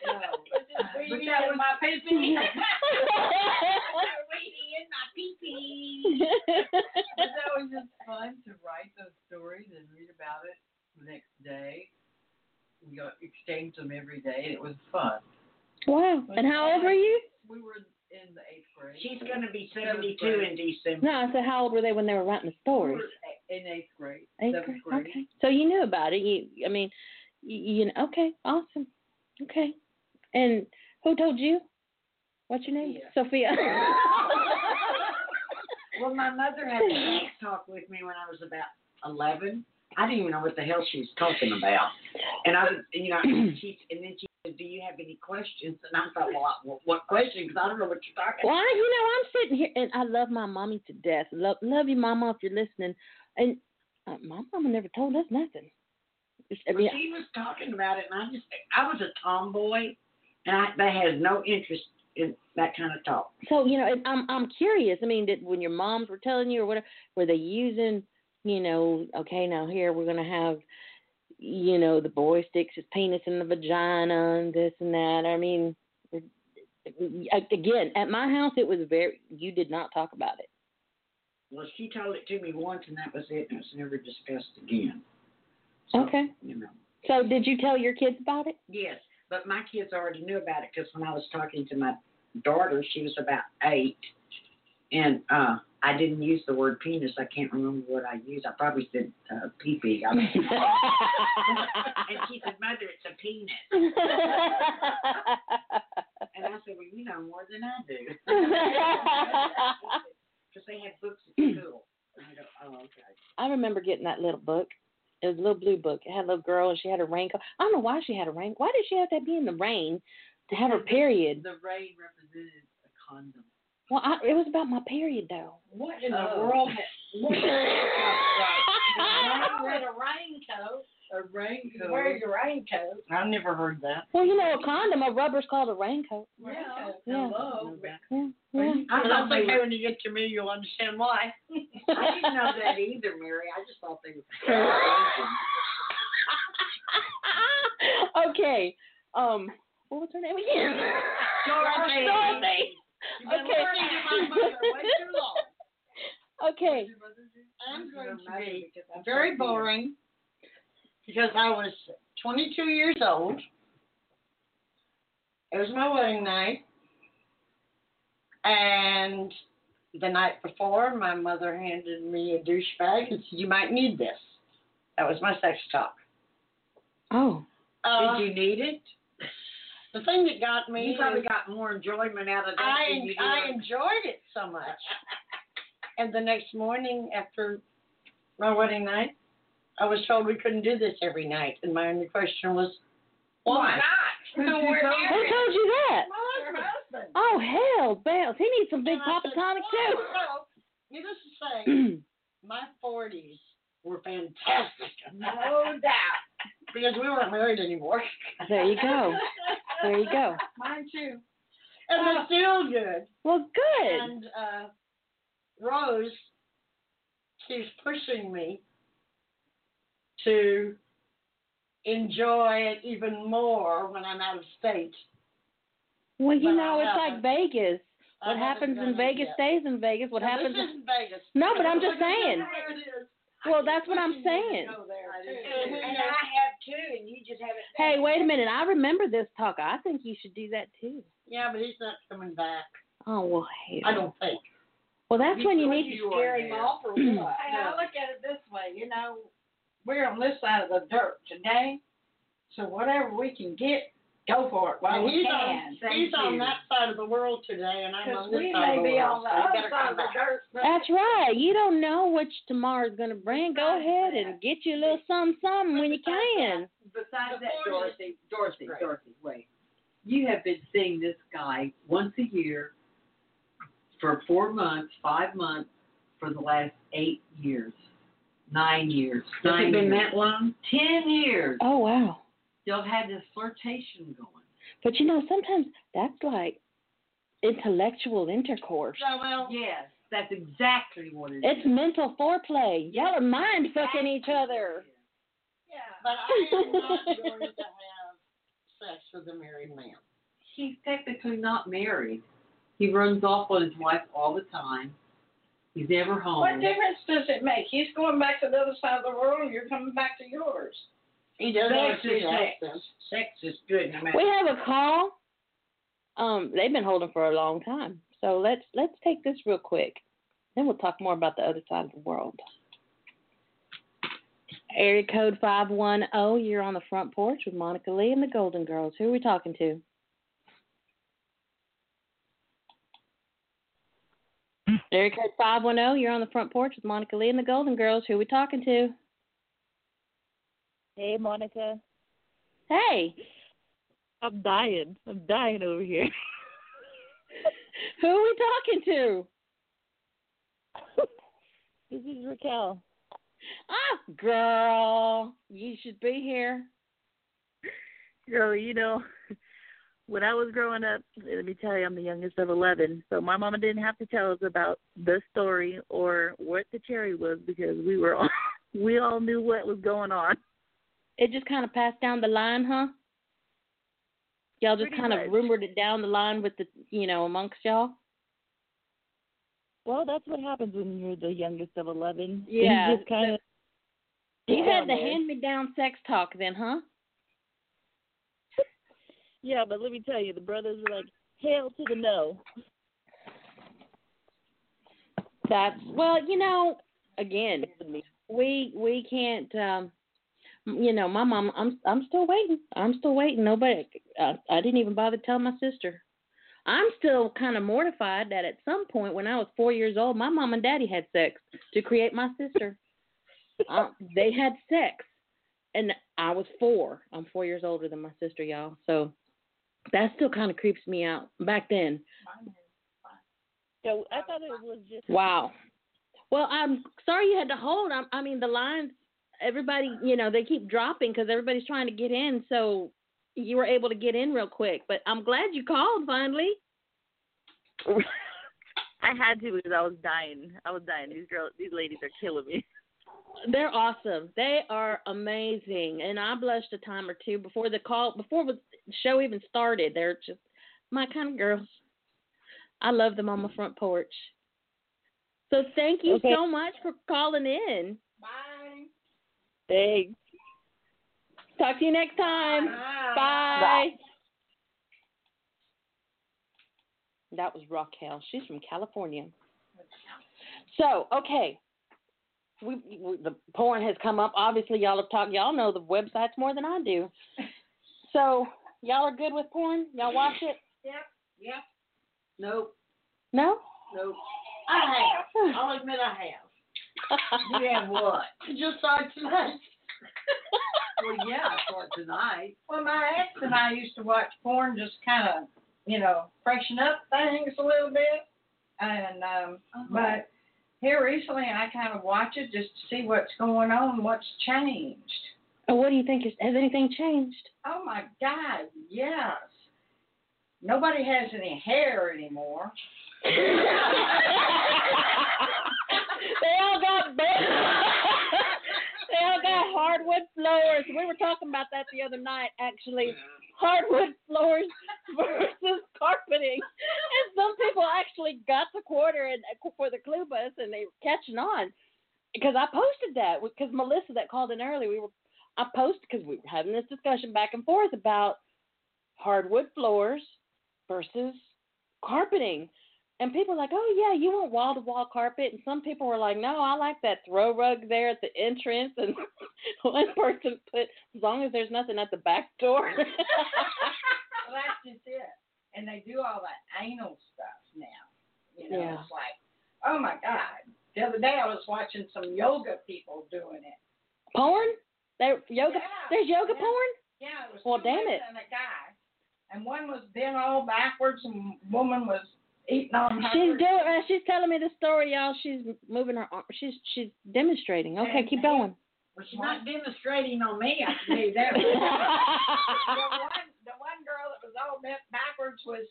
Speaker 3: No.
Speaker 11: Weenie in my pee pee.
Speaker 5: [laughs]
Speaker 11: Weenie in my pee pee.
Speaker 3: But that was just fun to write those stories and read about it the next day. We got exchanged them every day, and it was fun.
Speaker 4: wow. And how old were you?
Speaker 3: We were in the eighth grade.
Speaker 5: she's gonna be
Speaker 3: That was
Speaker 5: seventy two
Speaker 3: great.
Speaker 5: in December.
Speaker 4: No, I said how old were they when they were writing the
Speaker 3: We
Speaker 4: stories?
Speaker 3: were a- in eighth grade,
Speaker 4: Eighth
Speaker 3: seventh
Speaker 4: grade,
Speaker 3: grade.
Speaker 4: Okay. So you knew about it. You, I mean, you, you know. Okay. Awesome. Okay. And who told you? What's your name? Sophia. [laughs]
Speaker 5: Well my mother had a sex talk with me when I was about eleven. I didn't even know what the hell she was talking about. And I was you know, she and then she said, Do you have any questions? And I thought, Well I, what- what question? Because I don't know what you're talking
Speaker 4: well, I, you know, I'm sitting here and I love my mommy to death. Love, love you, mama, if you're listening. And uh, my mama never told us nothing. It's- I
Speaker 5: But
Speaker 4: mean,
Speaker 5: she was talking about it, and I just, I was a tomboy, and I, they had no interest in that kind of talk.
Speaker 4: so you know, and I'm I'm curious. I mean, did when your moms were telling you or whatever, were they using, you know, okay, now here we're gonna have, you know, the boy sticks his penis in the vagina and this and that. I mean, again, at my house it was very. You did not talk about it.
Speaker 5: Well, she told it to me once, and that was it, and it was never discussed again.
Speaker 4: Okay.
Speaker 5: You know.
Speaker 4: So did you tell your kids about it? [laughs]
Speaker 5: [laughs] Yes, but my kids already knew about it because when I was talking to my daughter, she was about eight, and uh, I didn't use the word penis. I can't remember what I used. I probably said uh, pee pee. and
Speaker 3: [laughs]
Speaker 5: she said, "Mother, it's a penis." And I said, "Well, you know more than I
Speaker 3: [laughs]
Speaker 5: do." because they had books at school. And I go, oh, okay.
Speaker 4: I remember getting that little book. It was a little blue book. It had a little girl and she had a raincoat. I don't know why she had a raincoat. Why did she have to be in the rain to have her period?
Speaker 3: The rain represented a condom.
Speaker 4: Well, I, it was about my period though.
Speaker 5: What in
Speaker 3: Oh.
Speaker 5: the world? ha- What in the [laughs]
Speaker 11: I wear a raincoat.
Speaker 3: A raincoat.
Speaker 11: Wear your raincoat.
Speaker 5: I've never heard that.
Speaker 4: Well, you know, a condom, a rubber's called a raincoat.
Speaker 3: Yeah.
Speaker 4: Yeah.
Speaker 3: Hello.
Speaker 4: Yeah. yeah.
Speaker 5: I
Speaker 11: And I
Speaker 5: don't
Speaker 11: think
Speaker 5: think
Speaker 11: when you get to me, you'll understand why.
Speaker 5: I didn't know that either, Mary. I just thought they were.
Speaker 4: [laughs] Congratulations. okay. Um, what was her name again?
Speaker 5: [laughs]
Speaker 11: Dorothy.
Speaker 4: Dorothy.
Speaker 11: You've been
Speaker 4: Okay.
Speaker 11: listening to my mother way too long.
Speaker 4: Okay.
Speaker 11: I'm going to be very boring because I was 22 years old. It was my wedding night. And the night before, my mother handed me a douchebag and said, You might need this. That was my sex talk.
Speaker 4: Oh.
Speaker 11: Uh,
Speaker 5: Did you need it?
Speaker 11: the thing that got
Speaker 5: Uh-huh.
Speaker 11: me.
Speaker 5: You probably
Speaker 11: is-
Speaker 5: got more enjoyment out of that
Speaker 11: I,
Speaker 5: than you did.
Speaker 11: I enjoyed it so [laughs] much. and the next morning after my wedding night, I was told we couldn't do this every night. And my only question was, why?
Speaker 5: not?
Speaker 11: [laughs] No, we're
Speaker 4: Who
Speaker 11: married.
Speaker 4: told you that?
Speaker 11: My husband.
Speaker 4: Oh hell, bells. He needs some big
Speaker 11: And I
Speaker 4: papa
Speaker 11: said,
Speaker 4: tonic
Speaker 11: "Well, So, needless to say,
Speaker 4: too.
Speaker 11: my 40s were fantastic. No doubt. [laughs] Because we weren't married anymore.
Speaker 4: there you go. Oh, There you go.
Speaker 11: Mine too. And they're still good.
Speaker 4: Well, good.
Speaker 11: and uh, Rose keeps pushing me to enjoy it even more when I'm out of state.
Speaker 4: Well, you
Speaker 11: but
Speaker 4: know,
Speaker 11: I
Speaker 4: it's like
Speaker 11: haven't.
Speaker 4: Vegas.
Speaker 11: I
Speaker 4: What
Speaker 11: haven't
Speaker 4: happens
Speaker 11: done
Speaker 4: in
Speaker 11: it
Speaker 4: Vegas
Speaker 11: yet.
Speaker 4: stays in Vegas. What
Speaker 11: Now,
Speaker 4: happens?
Speaker 11: This isn't Vegas.
Speaker 4: No, but I'm just
Speaker 11: Look at
Speaker 4: saying.
Speaker 11: where it is.
Speaker 4: Well, that's what I'm saying.
Speaker 5: And I have two, and you just haven't.
Speaker 4: Hey, wait a minute. I remember this talk. I think you should do that too.
Speaker 5: Yeah, but he's not coming back.
Speaker 4: Oh well, hell.
Speaker 5: I don't think.
Speaker 4: Well, that's when you
Speaker 5: What,
Speaker 4: need
Speaker 5: you
Speaker 4: to
Speaker 5: scare him off or what? Hey, I look at it this way, you know, we're on this side of the dirt today, so whatever we can get, go for it while
Speaker 11: And
Speaker 5: we
Speaker 11: he's
Speaker 5: can.
Speaker 11: on- he's on that
Speaker 5: side of the world today, and
Speaker 11: I'm on this side of the world, so you better come back.
Speaker 4: That's right. You don't know what tomorrow's gonna bring. Go ahead and get you a little something, something when you can.
Speaker 3: Besides that, Dorothy, Dorothy, Dorothy, wait. You have been seeing this guy once a year for four months, five months, for the last eight years, nine years,
Speaker 11: Has it
Speaker 3: nine
Speaker 11: been
Speaker 3: years,
Speaker 11: that long?
Speaker 3: ten years.
Speaker 4: Oh wow.
Speaker 3: They'll have had this flirtation going.
Speaker 4: But you know, sometimes that's like intellectual intercourse.
Speaker 3: yes, that's exactly what it is.
Speaker 4: It's mental foreplay. Y'all are mind fucking each other.
Speaker 5: Yeah, but I am not going to have sex with a married man.
Speaker 3: He's technically not married. He runs off on his wife all the time. He's never home.
Speaker 5: What difference does it make? He's going back to the other side of the world, and you're coming back to yours. He doesn't
Speaker 11: Sex
Speaker 5: want to
Speaker 11: is
Speaker 5: see that.
Speaker 11: sex. Sex is good no matter.
Speaker 4: We have a call. Um, they've been holding for a long time. So let's let's take this real quick. Then we'll talk more about the other side of the world. Area code five one oh, you're on the front porch with Monica Lee and the Golden Girls. Who are we talking to? Area code five one oh, you're on the front porch with Monica Lee and the Golden Girls. Who are we talking to?
Speaker 9: Hey, Monica.
Speaker 4: Hey.
Speaker 9: I'm dying. I'm dying over here.
Speaker 4: Who are we talking to?
Speaker 9: This is Raquel.
Speaker 4: Ah, girl, you should be here.
Speaker 9: Girl, you know, when I was growing up, let me tell you, I'm the youngest of 11. So my mama didn't have to tell us about the story or what the cherry was because we were all, [laughs] we all knew what was going on.
Speaker 4: It just kind of passed down the line, huh? Y'all just
Speaker 9: Pretty
Speaker 4: kind
Speaker 9: much.
Speaker 4: of rumored it down the line with the, you know, amongst y'all.
Speaker 9: Well, that's what happens when you're the youngest of 11.
Speaker 4: Yeah.
Speaker 9: You just kind of.
Speaker 4: You
Speaker 9: Yeah,
Speaker 4: had the
Speaker 9: man.
Speaker 4: hand-me-down sex talk then, huh?
Speaker 9: Yeah, but let me tell you, the brothers were like, hail to the no.
Speaker 4: That's well, you know, again, we we can't um you know, my mom I'm I'm still waiting. I'm still waiting. Nobody I, I didn't even bother telling my sister. I'm still kind of mortified that at some point when I was 4 years old, my mom and daddy had sex to create my sister. um, they had sex and I was 4. I'm 4 years older than my sister, y'all. So that still kind of creeps me out back then.
Speaker 9: So I thought it was just.
Speaker 4: Wow. Well, I'm sorry you had to hold. I, I mean, the lines, everybody, you know, they keep dropping because everybody's trying to get in. So you were able to get in real quick. But I'm glad you called finally.
Speaker 9: [laughs] I had to because I was dying. I was dying. These girls, these ladies are killing me.
Speaker 4: They're awesome. They are amazing. And I blushed a time or two before the call, before the show even started. They're just my kind of girls. I love them on my front porch. So thank you
Speaker 9: Okay.
Speaker 4: so much for calling in.
Speaker 5: Bye.
Speaker 9: Thanks.
Speaker 4: Talk to you next time.
Speaker 5: Bye.
Speaker 4: Bye. That was Raquel. She's from California. So, okay. We, we, the porn has come up. Obviously, y'all have talked. Y'all know the websites more than I
Speaker 5: [laughs]
Speaker 4: do. So, y'all are good with porn? Y'all watch it?
Speaker 5: Yep.
Speaker 3: Nope,
Speaker 4: No?
Speaker 3: nope.
Speaker 5: I have. I'll admit I have.
Speaker 3: You have what?
Speaker 5: Just like tonight.
Speaker 3: well, yeah, I saw it tonight.
Speaker 5: Well, my ex and I used to watch porn, just kind of, you know, freshen up things a little bit. And um, but here recently, I kind of watch it just to see what's going on, what's changed.
Speaker 4: Oh, what do you think? Is, has anything changed?
Speaker 5: Oh my God, yes. Nobody has any hair anymore.
Speaker 4: they all got bed. [laughs] they all got hardwood floors. We were talking about that the other night, actually. Hardwood floors [laughs] versus carpeting. And uh, some people actually got the quarter and for the clue bus, and they were catching on. because I posted that because Melissa that called in early. We were I posted because we were having this discussion back and forth about hardwood floors versus carpeting, and people were like, oh yeah, you want wall to wall carpet, and some people were like, no, I like that throw rug there at the entrance, [laughs] and one person put as long as there's nothing at the back door. [laughs]
Speaker 5: Well, that's just it. And they do all that anal stuff now. You know,
Speaker 4: Yeah.
Speaker 5: it's like, oh my God. The other day I was watching some yoga people doing it.
Speaker 4: porn? They yoga?
Speaker 5: Yeah,
Speaker 4: There's yoga
Speaker 5: yeah.
Speaker 4: porn?
Speaker 5: Yeah, it was
Speaker 4: Well,
Speaker 5: two
Speaker 4: damn
Speaker 5: women
Speaker 4: it.
Speaker 5: and a guy. And one was bent all backwards and woman was eating on her.
Speaker 4: She's doing. Uh, she's telling me the story, y'all. She's moving her arm. She's she's demonstrating. Okay,
Speaker 5: And-
Speaker 4: keep going.
Speaker 5: Well, she's not demonstrating on me. I can do
Speaker 4: [laughs]
Speaker 5: that. [laughs] the one, the one girl that was all bent backwards was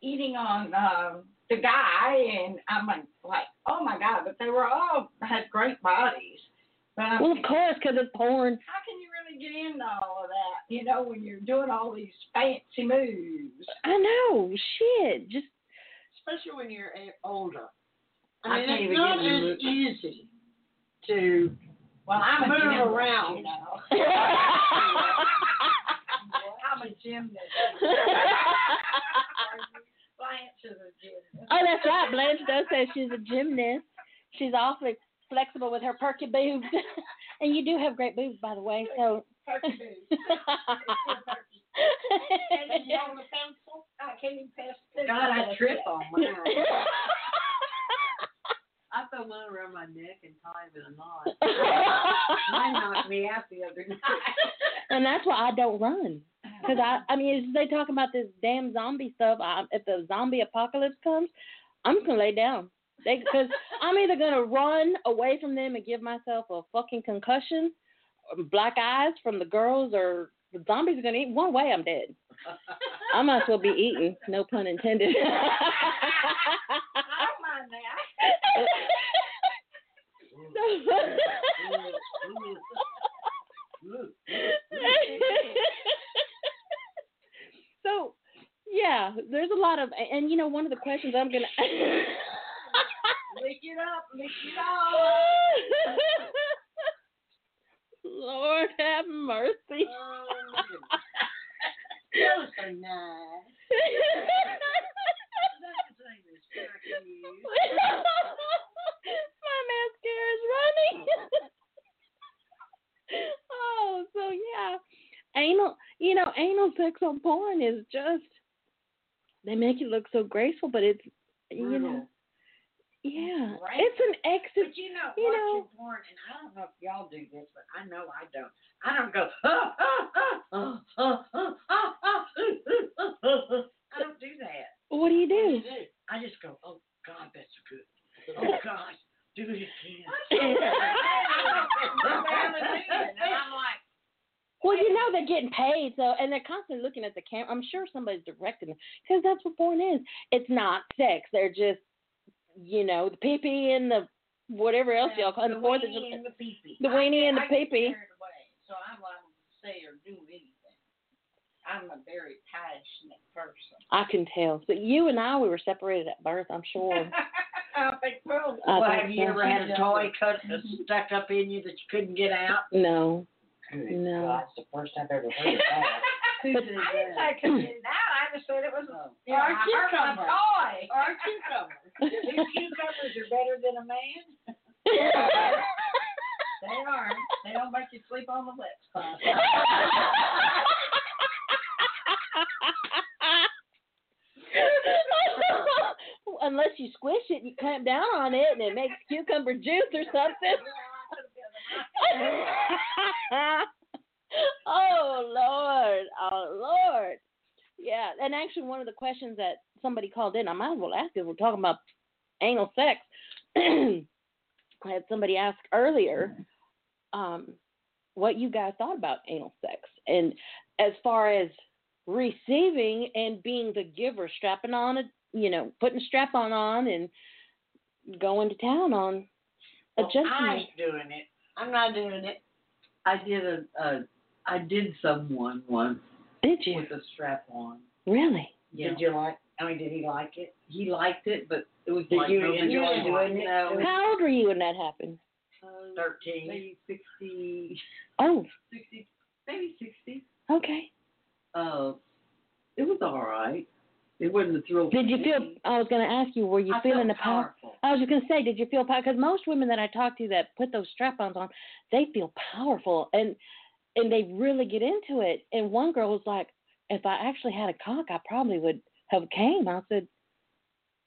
Speaker 5: eating on um, the guy, and I'm like, like, oh my god! But they were all had great bodies. But I'm
Speaker 4: Well, of
Speaker 5: thinking,
Speaker 4: course, because it's porn.
Speaker 5: how can you really get into all of that? You know, when you're doing all these fancy moves,
Speaker 4: I know. Shit.
Speaker 5: [laughs]
Speaker 4: Just
Speaker 11: especially when you're a- older.
Speaker 5: I
Speaker 11: I mean,
Speaker 5: can't
Speaker 11: it's
Speaker 5: even
Speaker 11: not
Speaker 5: get any
Speaker 11: as easy to
Speaker 5: Well, I'm a
Speaker 11: move
Speaker 5: gymnast,
Speaker 11: around.
Speaker 5: you know.
Speaker 4: [laughs]
Speaker 5: I'm a
Speaker 8: [laughs]
Speaker 5: gymnast. Blanche is a gymnast.
Speaker 4: oh, that's right. Blanche does say she's a gymnast. She's awfully flexible with her perky boobs, [laughs] and you do have great boobs, by the way. So. [laughs]
Speaker 5: Perky boobs. And then you hold the pencil. I can't even pass the pencil.
Speaker 11: God, I trip on mine.
Speaker 5: [laughs]
Speaker 4: [laughs]
Speaker 8: I throw mine around my neck and tie it in a knot.
Speaker 4: [laughs]
Speaker 11: Mine knocked me out the
Speaker 5: [laughs]
Speaker 11: other night.
Speaker 4: and that's why I don't run. Because I, I mean, it's- they talking about this damn zombie stuff. I, if the zombie apocalypse comes, I'm just gonna lay down. Because I'm either gonna run away from them and give myself a fucking concussion, or black eyes from the girls, or the zombies are gonna eat. One way, I'm dead. I might as well be eaten. No pun intended.
Speaker 5: I don't mind that.
Speaker 4: [laughs] [laughs] so yeah there's a lot of and you know one of the questions i'm gonna [laughs]
Speaker 5: Lick it up, lick it all.
Speaker 4: lord have mercy
Speaker 11: Those are nice.
Speaker 4: [laughs]
Speaker 11: Those are
Speaker 4: my mascara's running [laughs] oh so yeah anal you know anal sex on porn is just they make it look so graceful but it's you know yeah
Speaker 5: Right.
Speaker 4: it's an ex
Speaker 5: But you know,
Speaker 4: you
Speaker 5: watching
Speaker 4: know.
Speaker 5: porn, and I don't know if y'all do this, but I know I don't. I don't go, "Ah, ah, ah, ah, ah, ah, ah, ah, ooh, ooh, ah, ah, ah." I don't do that.
Speaker 4: what do you do
Speaker 5: I just go, oh God, that's good. Oh
Speaker 4: [laughs]
Speaker 5: God, do it again. [laughs] and I'm like,
Speaker 4: Well, you know they're getting paid, so and they're constantly looking at the camera. I'm sure somebody's directing them because that's what porn is. It's not sex. They're just, you know, the pee pee and the whatever else y'all call it, the Fourth of
Speaker 5: weenie
Speaker 4: July.
Speaker 5: and the pee-pee.
Speaker 4: The weenie
Speaker 5: I-
Speaker 4: and the
Speaker 5: I get
Speaker 4: pee-pee.
Speaker 5: carried away, So I'm not going to say or do anything. I'm a very passionate person. [laughs]
Speaker 4: I can tell. So you and I, we were separated at birth. I'm sure.
Speaker 5: I think, well,
Speaker 7: [laughs]
Speaker 4: I
Speaker 7: Well,
Speaker 4: think
Speaker 7: have you
Speaker 4: so.
Speaker 7: ever had a toy cut stuck up in you that you couldn't get out?
Speaker 4: [laughs] No, no. [laughs]
Speaker 7: That's the first I've ever heard of that.
Speaker 5: [laughs] I didn't say I couldn't get it out. I just said it was
Speaker 8: Oh.
Speaker 5: a
Speaker 11: Or a
Speaker 5: cucumber.
Speaker 11: cucumber.
Speaker 5: toy. [laughs]
Speaker 11: Or a cucumber.
Speaker 5: Two cucumbers are better than a man. They are. They don't make you sleep on the
Speaker 8: [laughs]
Speaker 5: lips.
Speaker 4: [laughs] Unless you squish it and you clamp down on it, and it makes cucumber juice or something. [laughs] oh Lord, oh Lord. Yeah, and actually, one of the questions that somebody called in, I might as well ask it. We're talking about anal sex. [clears throat] I had somebody ask earlier um, what you guys thought about anal sex, and as far as receiving and being the giver, strapping on a, you know, putting strap on on and going to town on a
Speaker 7: Well, I
Speaker 4: gentleman.
Speaker 7: ain't doing it.
Speaker 8: I'm not doing it. I did a, a I did someone once.
Speaker 4: Did you?
Speaker 8: With a strap on.
Speaker 4: Really?
Speaker 7: Did you like? I mean, did he like it?
Speaker 8: He liked it, but it was
Speaker 7: Did
Speaker 8: like
Speaker 7: you
Speaker 8: nobody
Speaker 7: enjoy
Speaker 8: liked
Speaker 7: doing it?
Speaker 8: No.
Speaker 4: How old were you when that happened?
Speaker 8: uh,
Speaker 7: Thirteen.
Speaker 8: maybe sixty,
Speaker 4: Oh,
Speaker 8: sixty, maybe sixty.
Speaker 4: okay.
Speaker 8: Uh, it was all right. It wasn't a thrill.
Speaker 4: Did you feel? I was going to ask you. Were you
Speaker 8: I
Speaker 4: feeling
Speaker 8: felt
Speaker 4: the power?
Speaker 8: powerful.
Speaker 4: I was just going to say, did you feel power? Because most women that I talk to that put those strap-ons on, they feel powerful and and they really get into it. And one girl was like, "If I actually had a cock, I probably would have came." I said,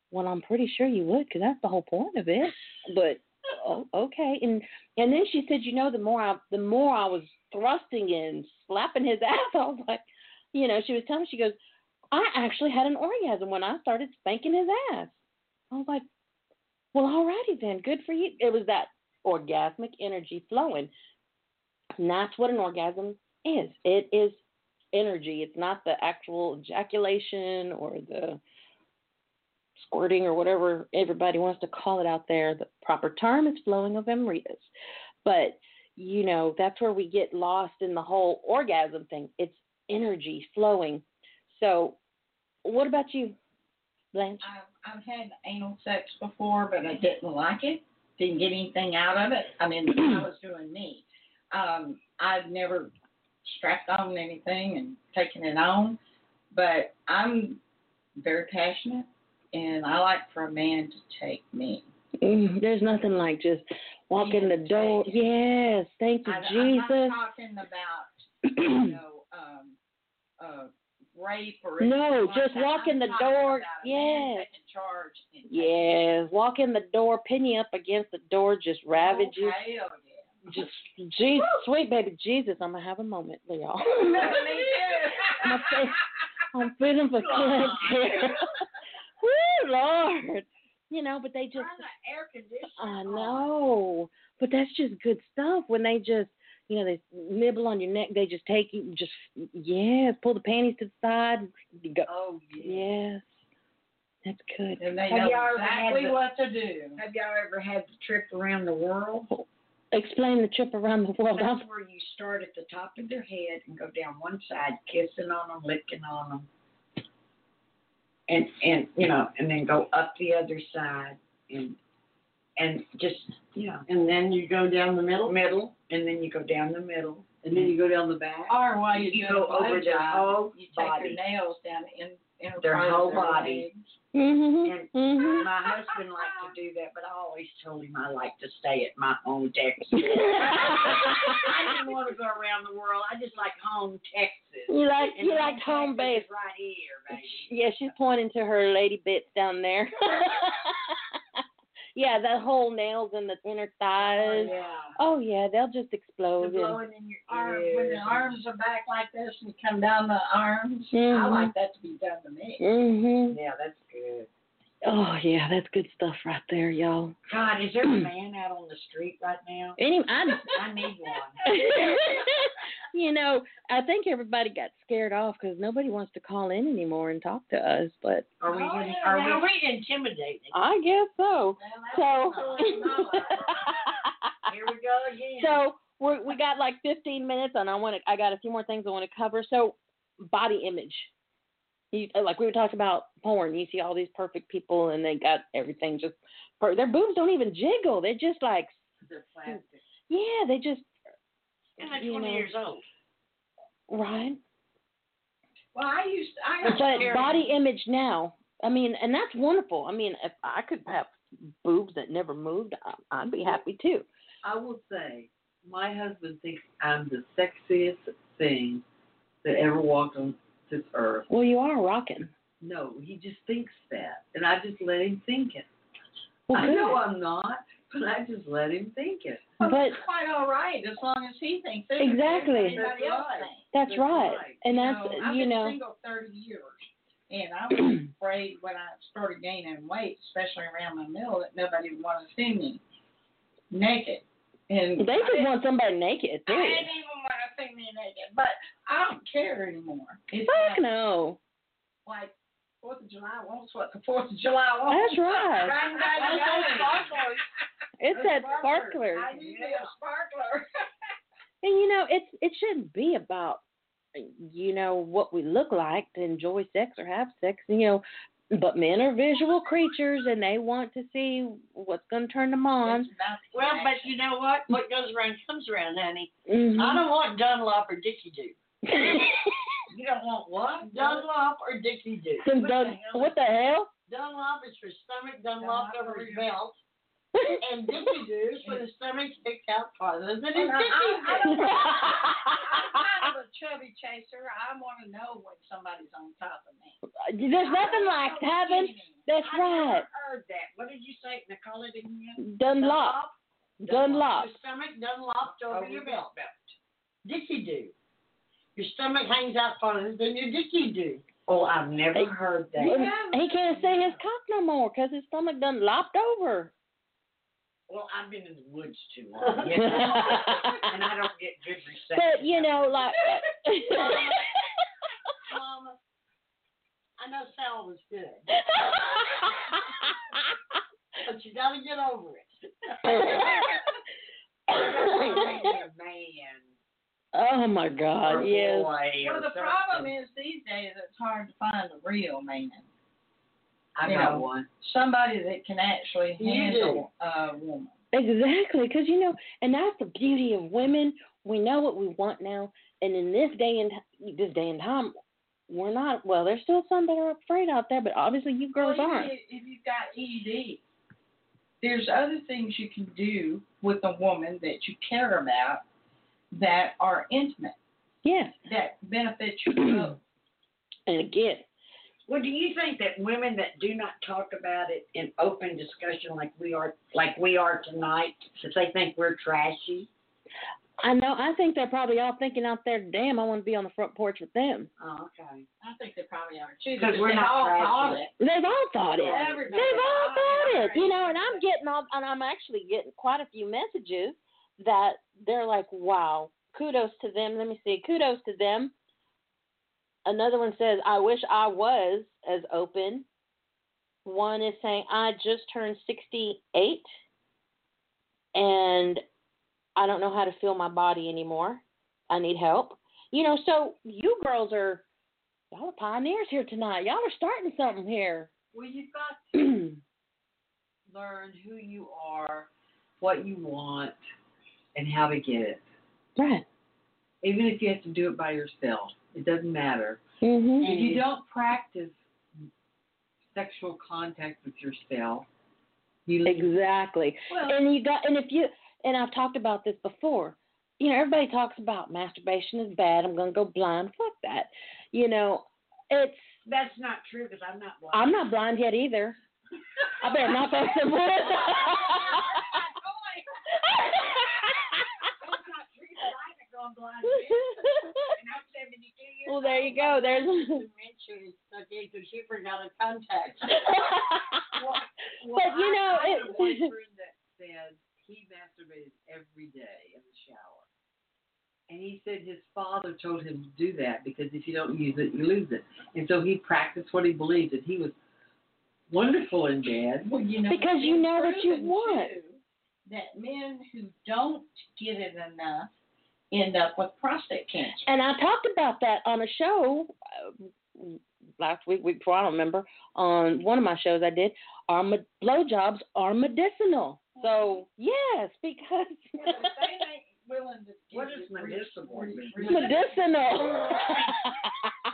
Speaker 4: "Well, I'm pretty sure you would, because that's the whole point of it." But oh, okay, and and then she said, "You know, the more I the more I was thrusting and slapping his [laughs] ass, I was like, you know, she was telling me, she goes." I actually had an orgasm when I started spanking his ass. I was like, well, alrighty then, good for you. It was that orgasmic energy flowing. And that's what an orgasm is. It is energy. It's not the actual ejaculation or the squirting or whatever everybody wants to call it out there. The proper term is flowing of emeritus. But, you know, that's where we get lost in the whole orgasm thing. It's energy flowing. So, what about you, Blanche?
Speaker 5: I've, I've had anal sex before, but I didn't like it. Didn't get anything out of it. I mean, I was doing me. Um, I've never strapped on anything and taken it on, but I'm very passionate, and I like for a man to take me.
Speaker 4: Mm, There's nothing like just walking the door. Yes, thank you,
Speaker 5: I, I'm
Speaker 4: Jesus.
Speaker 5: not talking
Speaker 11: [clears throat]
Speaker 5: about you know um, uh, rape or
Speaker 4: No,
Speaker 5: anything like
Speaker 4: just
Speaker 5: that.
Speaker 4: walk in the
Speaker 5: I'm talking
Speaker 4: door.
Speaker 5: about a man
Speaker 4: Yes.
Speaker 5: taking charge. And
Speaker 4: Yes, walk in the door, pin you up against the door, just ravage you.
Speaker 5: Okay, oh, yeah.
Speaker 4: Just, Jesus, sweet baby Jesus, I'm gonna have a moment with
Speaker 5: [laughs]
Speaker 4: y'all. I'm, fe- I'm feeling for kids here. [laughs] Woo, Lord. You know, but they just.
Speaker 5: air conditioning.
Speaker 4: I know, but that's just good stuff. When they just, you know, they nibble on your neck, they just take you, just yeah, pull the panties to the side. You go.
Speaker 5: Oh
Speaker 4: yes, that's good.
Speaker 11: Have y'all ever had the-
Speaker 5: to do.
Speaker 11: Have y'all ever had the trip around the world?
Speaker 4: Explain the trip around the world.
Speaker 11: That's
Speaker 4: I'm-
Speaker 11: where you start at the top of their head and go down one side, kissing on them, licking on them, and and you know, and then go up the other side, and and just you know,
Speaker 8: And then you go down the middle.
Speaker 11: middle, and then you go down the middle,
Speaker 8: And then you go down the back.
Speaker 5: Or while you,
Speaker 11: You
Speaker 5: do
Speaker 11: go
Speaker 5: a
Speaker 11: over their
Speaker 5: blowjob,
Speaker 11: whole
Speaker 5: you take
Speaker 11: body.
Speaker 5: your nails down in, in
Speaker 11: Their
Speaker 5: front of
Speaker 11: whole
Speaker 5: their
Speaker 11: body.
Speaker 5: legs.
Speaker 4: Mhm. Mhm.
Speaker 11: My husband liked to do that, but I always told him I like to stay at my home
Speaker 4: [laughs]
Speaker 11: Texas. I didn't want to go around the world. I just like home Texas.
Speaker 4: You like-
Speaker 11: And
Speaker 4: you like
Speaker 11: Texas
Speaker 4: home
Speaker 11: is
Speaker 4: base.
Speaker 11: Right here, baby.
Speaker 4: Yeah, she's pointing to her lady bits down there. [laughs] yeah, that whole nails and the inner thighs.
Speaker 11: Yeah.
Speaker 4: Oh yeah, they'll just
Speaker 11: The
Speaker 4: explode. and-
Speaker 11: blowing in your
Speaker 5: Arm, when the
Speaker 11: ears.
Speaker 5: arms are back like this and come down the arms, I
Speaker 4: Mhm.
Speaker 5: like that to be done to me.
Speaker 4: Mhm.
Speaker 11: Yeah, that's good.
Speaker 4: Oh yeah, that's good stuff right there, y'all. [clears throat]
Speaker 11: God, is there a man out on the street right now?
Speaker 4: Any, I, [laughs]
Speaker 11: I need one.
Speaker 4: you know, I think everybody got scared off because nobody wants to call in anymore and talk to us. But
Speaker 11: Are we?
Speaker 5: Oh,
Speaker 11: in-
Speaker 5: yeah,
Speaker 11: are
Speaker 5: now
Speaker 11: we, intimidating?
Speaker 4: I guess so.
Speaker 11: [laughs]
Speaker 4: So, [laughs]
Speaker 11: Here we go again.
Speaker 4: so we're, we got like 15 minutes, and I want to. I got a few more things I want to cover. So, body image. You, like we were talking about porn, you see all these perfect people, and they got everything just. per- Their boobs don't even jiggle. They're just like,
Speaker 8: They're plastic.
Speaker 4: yeah, they just
Speaker 11: and they're
Speaker 4: you
Speaker 11: 20
Speaker 4: know.
Speaker 11: years old.
Speaker 4: right.
Speaker 5: Well, I used I got
Speaker 4: but
Speaker 5: scared.
Speaker 4: body image now. I mean, and that's wonderful. I mean, if I could have boobs that never moved, I- I'd be happy too.
Speaker 8: I will say, my husband thinks I'm the sexiest thing that ever walked on this earth.
Speaker 4: Well, you are rocking.
Speaker 8: No, he just thinks that, and I just let him think it.
Speaker 4: Well,
Speaker 8: I
Speaker 4: good.
Speaker 8: know I'm not, but I just let him think it.
Speaker 5: Well,
Speaker 4: But
Speaker 5: Oh, that's quite all right as long as he thinks it.
Speaker 4: Exactly.
Speaker 5: Anybody else
Speaker 8: That's right.
Speaker 4: that's
Speaker 5: thinks.
Speaker 8: That's
Speaker 4: right,
Speaker 8: right.
Speaker 4: and that's
Speaker 5: know, I've
Speaker 4: you
Speaker 5: been
Speaker 4: know,
Speaker 5: single 30 years, and I
Speaker 4: [clears throat]
Speaker 5: was afraid when I started gaining weight, especially around my middle, that nobody would want to see me naked. And
Speaker 4: they
Speaker 5: I
Speaker 4: just
Speaker 5: didn't-
Speaker 4: want somebody naked.
Speaker 5: I
Speaker 4: Period.
Speaker 5: didn't even want to see me naked, but I don't care anymore. It's
Speaker 4: Fuck
Speaker 5: like,
Speaker 4: no.
Speaker 5: like Fourth of July wants what the Fourth of July wants.
Speaker 4: That's right.
Speaker 5: [laughs] Right, right, right.
Speaker 4: It's that
Speaker 5: Sparklers.
Speaker 4: sparkler,
Speaker 5: I
Speaker 4: and
Speaker 5: need me a [laughs] sparkler.
Speaker 4: you know, it's it shouldn't be about you know what we look like to enjoy sex or have sex. You know, But men are visual creatures and they want to see what's going to turn them
Speaker 5: [laughs]
Speaker 4: on.
Speaker 5: Well, but you know what? What goes around comes around, honey.
Speaker 4: Mhm.
Speaker 5: I don't want Dunlop or Dickie Doo.
Speaker 11: You don't want what?
Speaker 5: Dunlop or Dickie Doo.
Speaker 4: Some [laughs] Dun- what the hell? [laughs]
Speaker 5: Dunlop is for stomach, Dunlop over his belt. and Dickie Doo is for the stomach kicked out farther than his
Speaker 11: Oh, no, I- I
Speaker 5: Dickie
Speaker 11: don't-
Speaker 5: Doo.
Speaker 11: I'm kind of a chubby chaser. I want to know when somebody's on top of me.
Speaker 4: There's nothing like having. That's
Speaker 11: I
Speaker 4: right.
Speaker 11: never heard that. What did you say? Nicole it again?
Speaker 4: Dunlop. Dunlop.
Speaker 5: Your stomach Dunlopped over
Speaker 11: Oh,
Speaker 5: your
Speaker 11: yeah.
Speaker 5: belt. Dickie Doo. Your stomach hangs out farther than your Dickie Doo.
Speaker 11: Oh, I've never
Speaker 4: Hey,
Speaker 11: heard that.
Speaker 4: He can't see his cock no more because his stomach done lopped
Speaker 5: [laughs]
Speaker 4: over.
Speaker 11: Well, I've been in the woods too long, you know, and I don't get good reception.
Speaker 4: But you know, [laughs] like,
Speaker 5: Mama, I know Sal was good, but you gotta get over
Speaker 4: [laughs]
Speaker 5: it. [laughs]
Speaker 11: a man.
Speaker 4: oh my God, yes.
Speaker 5: Well, the
Speaker 11: problem
Speaker 5: is
Speaker 11: these days it's hard to find a real man. I
Speaker 5: You
Speaker 11: got
Speaker 5: know,
Speaker 11: one.
Speaker 5: Somebody that can actually
Speaker 11: You
Speaker 5: handle a woman.
Speaker 4: Exactly, because you know, and that's the beauty of women. We know what we want now, and in this day and this day and time, we're not. Well, there's still some that are afraid out there, but obviously you girls
Speaker 5: Oh,
Speaker 8: Well, even
Speaker 4: aren't.
Speaker 8: If, if you've got ED, there's other things you can do with a woman that you care about that are intimate,
Speaker 4: Yes,
Speaker 8: that benefit you both.
Speaker 4: and again,
Speaker 11: Well, do you think that women that do not talk about it in open discussion like we are, like we are tonight, that they think we're trashy?
Speaker 4: I know. I think they're probably all thinking out there, "Damn, I want to be on the front porch with them."
Speaker 11: Oh, okay.
Speaker 5: I think they probably are too.
Speaker 11: Because we're
Speaker 5: they
Speaker 11: not
Speaker 5: all
Speaker 11: trashy.
Speaker 5: thought it.
Speaker 4: They've all thought it.
Speaker 5: Everybody.
Speaker 4: They've all thought it. You know, and I'm getting all, and I'm actually getting quite a few messages that they're like, wow, kudos to them. Let me see, kudos to them. Another one says, I wish I was as open. One is saying, I just turned 68 and I don't know how to feel my body anymore. I need help. You know, so you girls are, y'all are pioneers here tonight. Y'all are starting something here.
Speaker 8: Well, you've got
Speaker 4: yeah,
Speaker 8: to learn who you are, what you want, and how to get it.
Speaker 4: [clears throat] Right.
Speaker 8: Even if you have to do it by yourself, it doesn't matter.
Speaker 4: Mhm.
Speaker 8: If you don't practice sexual contact with yourself, you
Speaker 4: exactly. and you got, and if you, and I've talked about this before. You know, everybody talks about masturbation is bad. I'm gonna go blind. Fuck that. You know, it's.
Speaker 11: That's not true because I'm not blind.
Speaker 4: I'm not blind yet either. I better
Speaker 5: [laughs]
Speaker 4: not throw some wood.
Speaker 11: That's not true 'cause I haven't gone blind yet. and I'm 72
Speaker 4: [laughs]
Speaker 11: years
Speaker 4: well, there you go.
Speaker 5: [laughs]
Speaker 4: There's.
Speaker 5: Dementia is stuck in because she forgot a contact.
Speaker 4: [laughs] but you know,
Speaker 8: I, I had a
Speaker 4: it. [laughs]
Speaker 8: boyfriend that said he masturbated every day in the shower, and he said his father told him to do that because if you don't use it, you lose it. And so he practiced what he believed, and he was wonderful in bed.
Speaker 5: Well, you know,
Speaker 4: Because you
Speaker 5: it's
Speaker 4: know what you
Speaker 5: proven,
Speaker 4: want.
Speaker 5: too, that men who don't get it enough end up with prostate cancer.
Speaker 4: And I talked about that on a show uh, last week, week before, I don't remember, on one of my shows I did. Our med- blowjobs are medicinal. So, yes, because [laughs]
Speaker 5: Well, if they ain't willing to
Speaker 11: What
Speaker 5: give
Speaker 11: is
Speaker 5: you
Speaker 11: medicinal?
Speaker 5: re- re- re-
Speaker 4: medicinal. [laughs]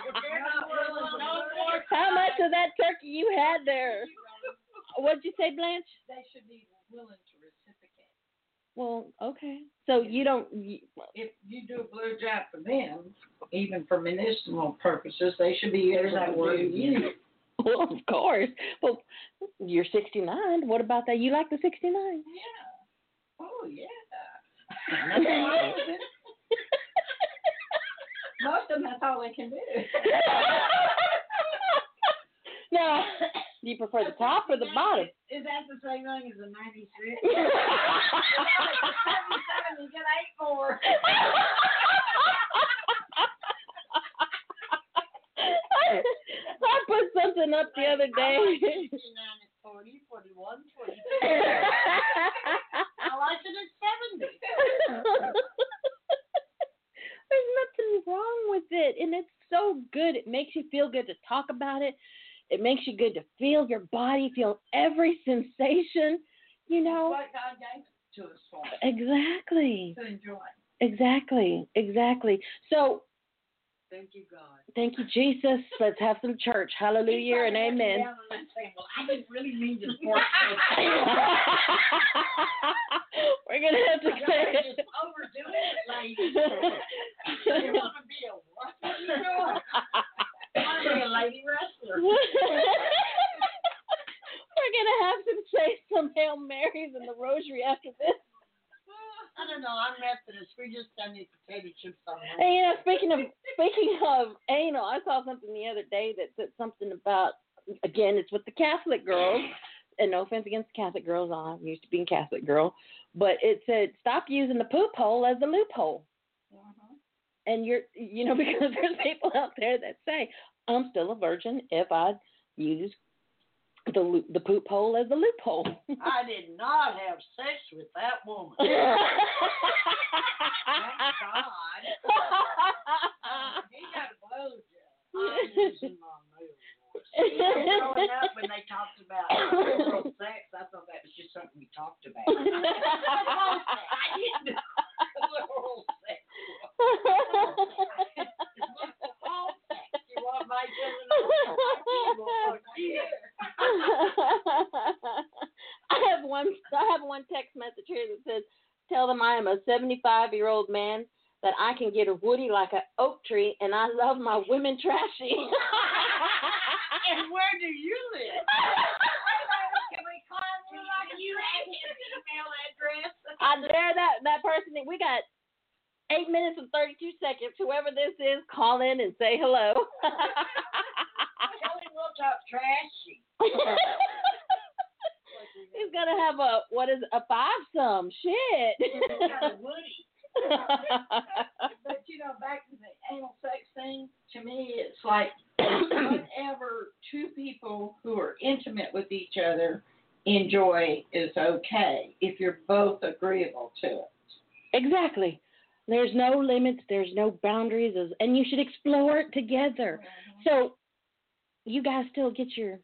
Speaker 5: If they're not willing to no more
Speaker 4: How much
Speaker 5: time,
Speaker 4: of that turkey you had there? What'd you say, Blanche?
Speaker 5: they should be willing to reciprocate.
Speaker 4: Well, okay. So you don't. You,
Speaker 5: If you do a blue job for them, even for medicinal purposes, they should be able
Speaker 11: that
Speaker 5: to
Speaker 11: word
Speaker 5: do you.
Speaker 4: [laughs] well, of course. Well, you're 69. What about that? You like the 69?
Speaker 5: Yeah. Oh yeah.
Speaker 4: Nothing wrong with
Speaker 5: [laughs] Most of them, that's all they can do.
Speaker 4: now, do [coughs] you prefer the top or the bottom? [laughs]
Speaker 11: Is that the same thing as the 96?
Speaker 5: you get eight more.
Speaker 4: I put something up the other
Speaker 5: I [laughs] like
Speaker 4: day.
Speaker 5: 69 at 40, 41,
Speaker 4: [laughs]
Speaker 5: 42. I like it at 70.
Speaker 4: [laughs] There's nothing wrong with it, and it's so good. It makes you feel good to talk about it. It makes you good to feel your body, feel every sensation, you know.
Speaker 5: What God gave to us for.
Speaker 4: Exactly.
Speaker 5: To enjoy.
Speaker 4: Exactly. Exactly. So
Speaker 5: Thank you, God.
Speaker 4: thank you, Jesus. Let's have some church. Hallelujah and amen.
Speaker 5: Well, I didn't really mean to force
Speaker 4: [laughs] We're gonna have
Speaker 5: [laughs]
Speaker 4: to
Speaker 5: Y'all
Speaker 4: say
Speaker 5: are just overdoing it, ladies. You
Speaker 4: [laughs]
Speaker 5: want to be a what? What are you doing? I want to be a lady wrestler.
Speaker 4: We're gonna have to say some Hail Marys and the Rosary after this.
Speaker 5: I don't know. I'm Methodist. We just done these potato chips on
Speaker 4: And you know, speaking of speaking of anal, I saw something the other day that said something about again, it's with the Catholic girls. And no offense against Catholic girls, I'm used to being Catholic girl, but it said stop using the poop hole as a loophole. And you're you know [laughs] because there's people out there that say I'm still a virgin if I use the loo- the poop hole as a loophole.
Speaker 5: I did not have sex with that woman. Thank God.
Speaker 4: [laughs]
Speaker 5: he got a blowjob. I'm using my mood. You know, growing up when they talked about oral sex, I thought that was just something we talked [laughs] about. I didn't know what oral sex was. Oral sex. You want my children? I want my children.
Speaker 4: I have one. I have one text message here that says, "Tell them I am a 75 year old man that I can get a woody like an oak tree, and I love my women trashy."
Speaker 5: and where do you live? Can we call you like you have his email address?
Speaker 4: I dare that that person. We got eight minutes and 32 seconds. Whoever this is, call in and say hello. [laughs]
Speaker 5: Tell him we'll talk trashy.
Speaker 4: [laughs] He's gonna have a what is it, a five sum?
Speaker 5: He's got a
Speaker 4: Shit. [laughs]
Speaker 5: Woody. But you know, back to the anal sex thing, to me, it's like [clears throat] whatever two people who are intimate with each other enjoy is okay if you're both agreeable to it.
Speaker 4: Exactly. There's no limits, there's no boundaries, there's- and you should explore it together. So, you guys still get your.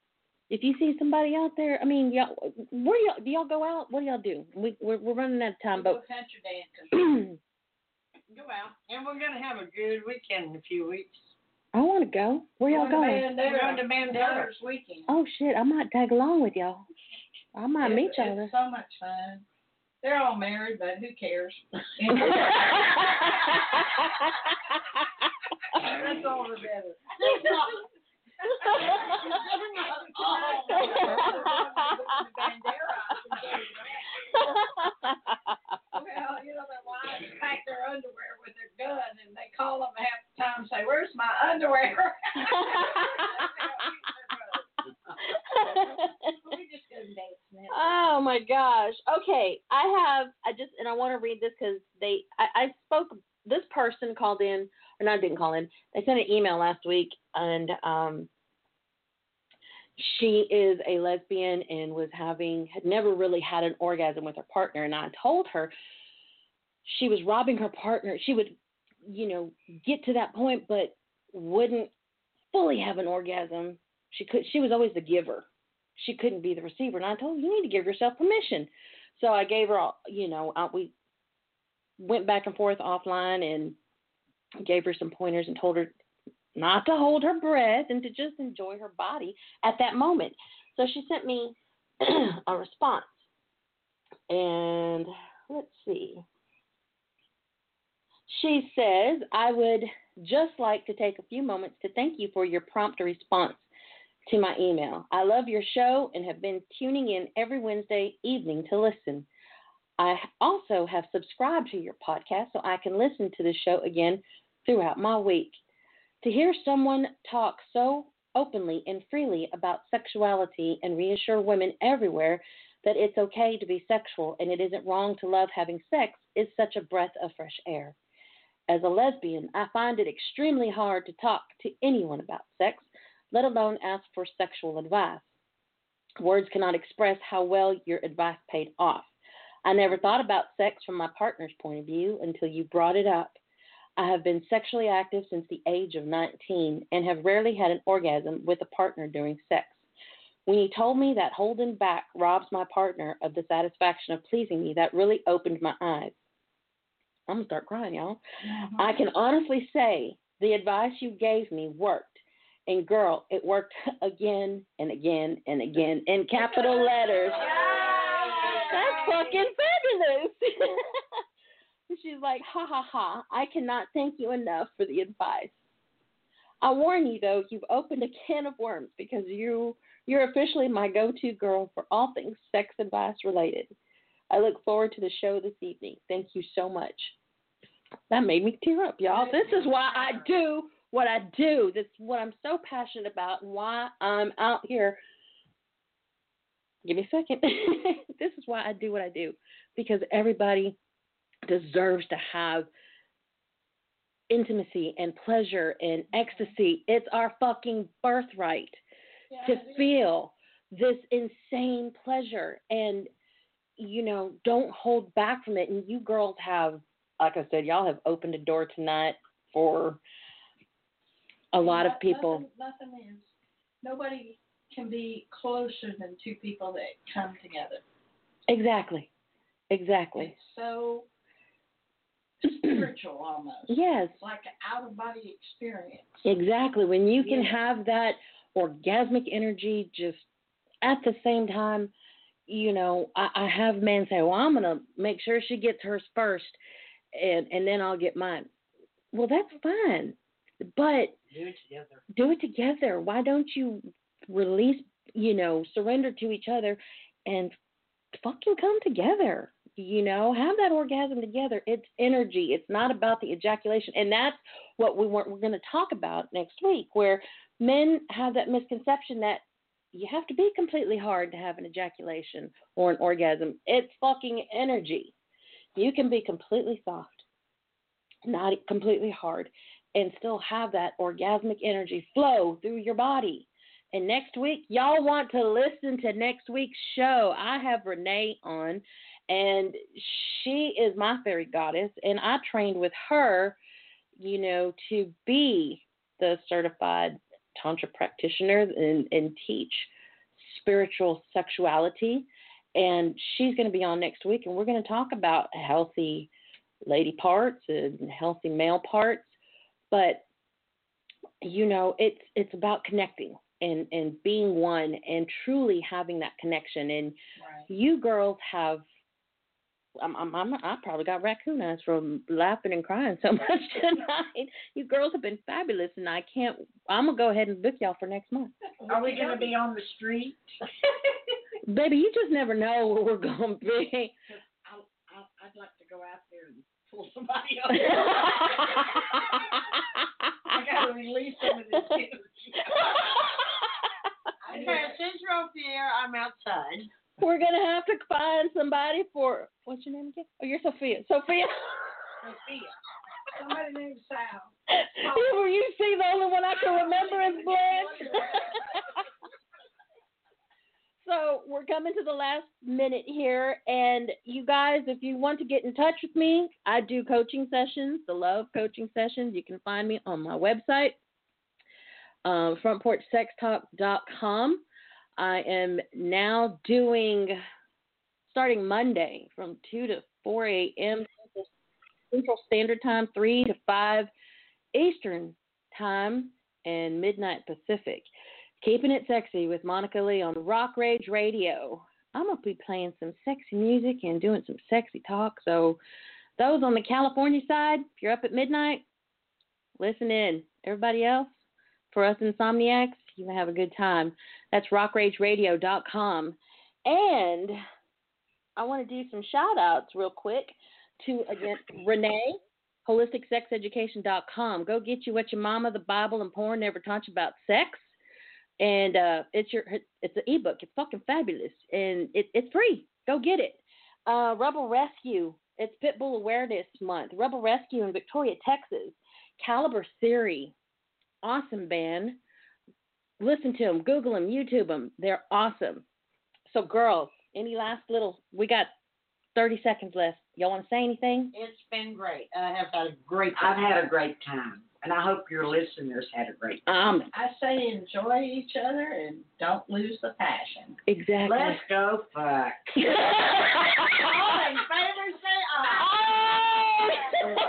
Speaker 4: If you see somebody out there, I mean, y'all, where do y'all do y'all go out? What do y'all do? We we're, we're running out of time,
Speaker 5: We'll
Speaker 4: Um, but
Speaker 5: do country dancing.
Speaker 4: [clears throat]
Speaker 5: Go out. And we're going to have a good weekend in a few weeks.
Speaker 4: I want to go. Where y'all going?
Speaker 5: We're going to Bandera's weekend.
Speaker 4: Oh shit! I might tag along with y'all. I might
Speaker 5: It's-
Speaker 4: meet y'all.
Speaker 5: It's so much fun. They're all married, but who
Speaker 4: [laughs]
Speaker 5: cares? [laughs] That's all the better. That's not. Well, you know, their wives pack their underwear with their gun, and they call them half the time and say, "Where's my underwear?" [laughs] we just go dance now.
Speaker 4: [laughs] Oh my gosh. Okay, I have. I just and I want to read this because they. I, I spoke. This person called in, or not didn't call in. They sent an email last week, and um, she is a lesbian and was having had never really had an orgasm with her partner. And I told her she was robbing her partner. She would, you know, get to that point, but wouldn't fully have an orgasm. She could. She was always the giver she couldn't be the receiver. And I told her, you need to give yourself permission. So I gave her, all, you know, I, we went back and forth offline and gave her some pointers and told her not to hold her breath and to just enjoy her body at that moment. So she sent me [clears throat] a response. And let's see. She says, I would just like to take a few moments to thank you for your prompt response to my email. I love your show and have been tuning in every Wednesday evening to listen. I also have subscribed to your podcast so I can listen to the show again throughout my week. To hear someone talk so openly and freely about sexuality and reassure women everywhere that it's okay to be sexual and it isn't wrong to love having sex is such a breath of fresh air. As a lesbian, I find it extremely hard to talk to anyone about sex let alone ask for sexual advice. Words cannot express how well your advice paid off. I never thought about sex from my partner's point of view until you brought it up. I have been sexually active since the age of 19 and have rarely had an orgasm with a partner during sex. When he told me that holding back robs my partner of the satisfaction of pleasing me, that really opened my eyes. I'm going to start crying, y'all. I can honestly say the advice you gave me worked. And girl, it worked again and again and again in capital letters. That's fucking fabulous. [laughs] And She's like, ha ha ha, I cannot thank you enough for the advice. I warn you though, you've opened a can of worms because you you're officially my go-to girl for all things sex advice related. I look forward to the show this evening. Thank you so much. That made me tear up, y'all. This is why I do what I do. That's what I'm so passionate about and why I'm out here. Give me a second. [laughs] this is why I do what I do because everybody deserves to have intimacy and pleasure and ecstasy. It's our fucking birthright to feel this insane pleasure and you know, don't hold back from it. And you girls have like I said, y'all have opened a door tonight for a lot of people.
Speaker 5: Nothing nothing is, nobody can be closer than two people that come together.
Speaker 4: Exactly. Exactly.
Speaker 5: So spiritual almost.
Speaker 4: Yes.
Speaker 5: It's like an out of body experience.
Speaker 4: Exactly. When you can
Speaker 5: Yeah.
Speaker 4: have that orgasmic energy just at the same time, you know, I, I have men say, Well, I'm gonna make sure she gets hers first and and then I'll get mine. Well that's fine. But
Speaker 7: Do it together.
Speaker 4: do it together. Why don't you release, you know, surrender to each other and fucking come together? You know, have that orgasm together. It's energy. It's not about the ejaculation. And that's what we want, we're going to talk about next week, where men have that misconception that you have to be completely hard to have an ejaculation or an orgasm. It's fucking energy. You can be completely soft not completely hard, and still have that orgasmic energy flow through your body. And next week, y'all want to listen to next week's show. I have Renee on, and she is my fairy goddess, and I trained with her, you know, to be the certified tantra practitioner and, and teach spiritual sexuality. And she's going to be on next week, and we're going to talk about healthy lady parts and healthy male parts but you know it's it's about connecting and and being one and truly having that connection and you girls have I'm, I'm, I'm, I probably got raccoon eyes from laughing and crying so [laughs] much tonight. You girls have been fabulous, and I can't. I'm gonna go ahead and book y'all for next month.
Speaker 7: Are we going to be on the [laughs] street?
Speaker 4: Baby, you just never know where we're gonna be.
Speaker 7: I, I, I'd like to go out there and pull somebody up.
Speaker 5: [laughs]
Speaker 7: I got to release some of this energy. [laughs]
Speaker 5: Okay, since you're off the air, I'm outside.
Speaker 4: We're gonna have to find somebody for what's your name again? Oh, you're Sophia. Sophia.
Speaker 5: Sophia. Somebody named Sal.
Speaker 4: You- Were you see the only one I can remember is Blanche? [laughs] so we're coming to the last minute here, and you guys, if you want to get in touch with me, I do coaching sessions, the Love Coaching Sessions. You can find me on my website, um, frontporchsextalk.com. I am now doing starting Monday from two to four a.m. Central Standard Time, three to five Eastern Time, and midnight Pacific. Keeping it sexy with Monica Lee on Rock Rage Radio. I'm gonna be playing some sexy music and doing some sexy talk. So, those on the California side, if you're up at midnight, listen in. Everybody else, for us insomniacs, you can have a good time. That's rockrageradio.com. And I want to do some shout outs real quick to again Renee, holisticsexeducation.com. Go get you what your mama, the Bible, and porn never taught you about sex. And uh, it's your it's an ebook. It's fucking fabulous, and it, it's free. Go get it. Uh, Rebel Rescue. It's Pitbull Awareness Month. Rebel Rescue in Victoria, Texas. Caliber Theory, awesome band. Listen to them. Google them. YouTube them. They're awesome. So girls, any last little? We got 30 seconds left. Y'all want to say anything?
Speaker 5: It's been great. and I have had a great
Speaker 7: I've had a great time, and I hope your listeners had a great
Speaker 4: time.
Speaker 5: I say enjoy each other and don't lose the passion.
Speaker 4: Exactly.
Speaker 7: Let's go
Speaker 5: [laughs]
Speaker 7: fuck.
Speaker 5: All in favor, say aye.
Speaker 4: [laughs]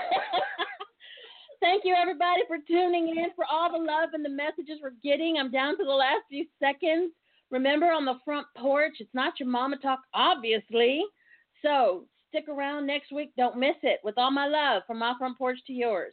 Speaker 4: Thank you, everybody, for tuning in, for all the love and the messages we're getting. I'm down to the last few seconds. Remember, on the front porch, it's not your mama talk, obviously. So stick around next week. Don't miss it. With all my love, from my front porch to yours.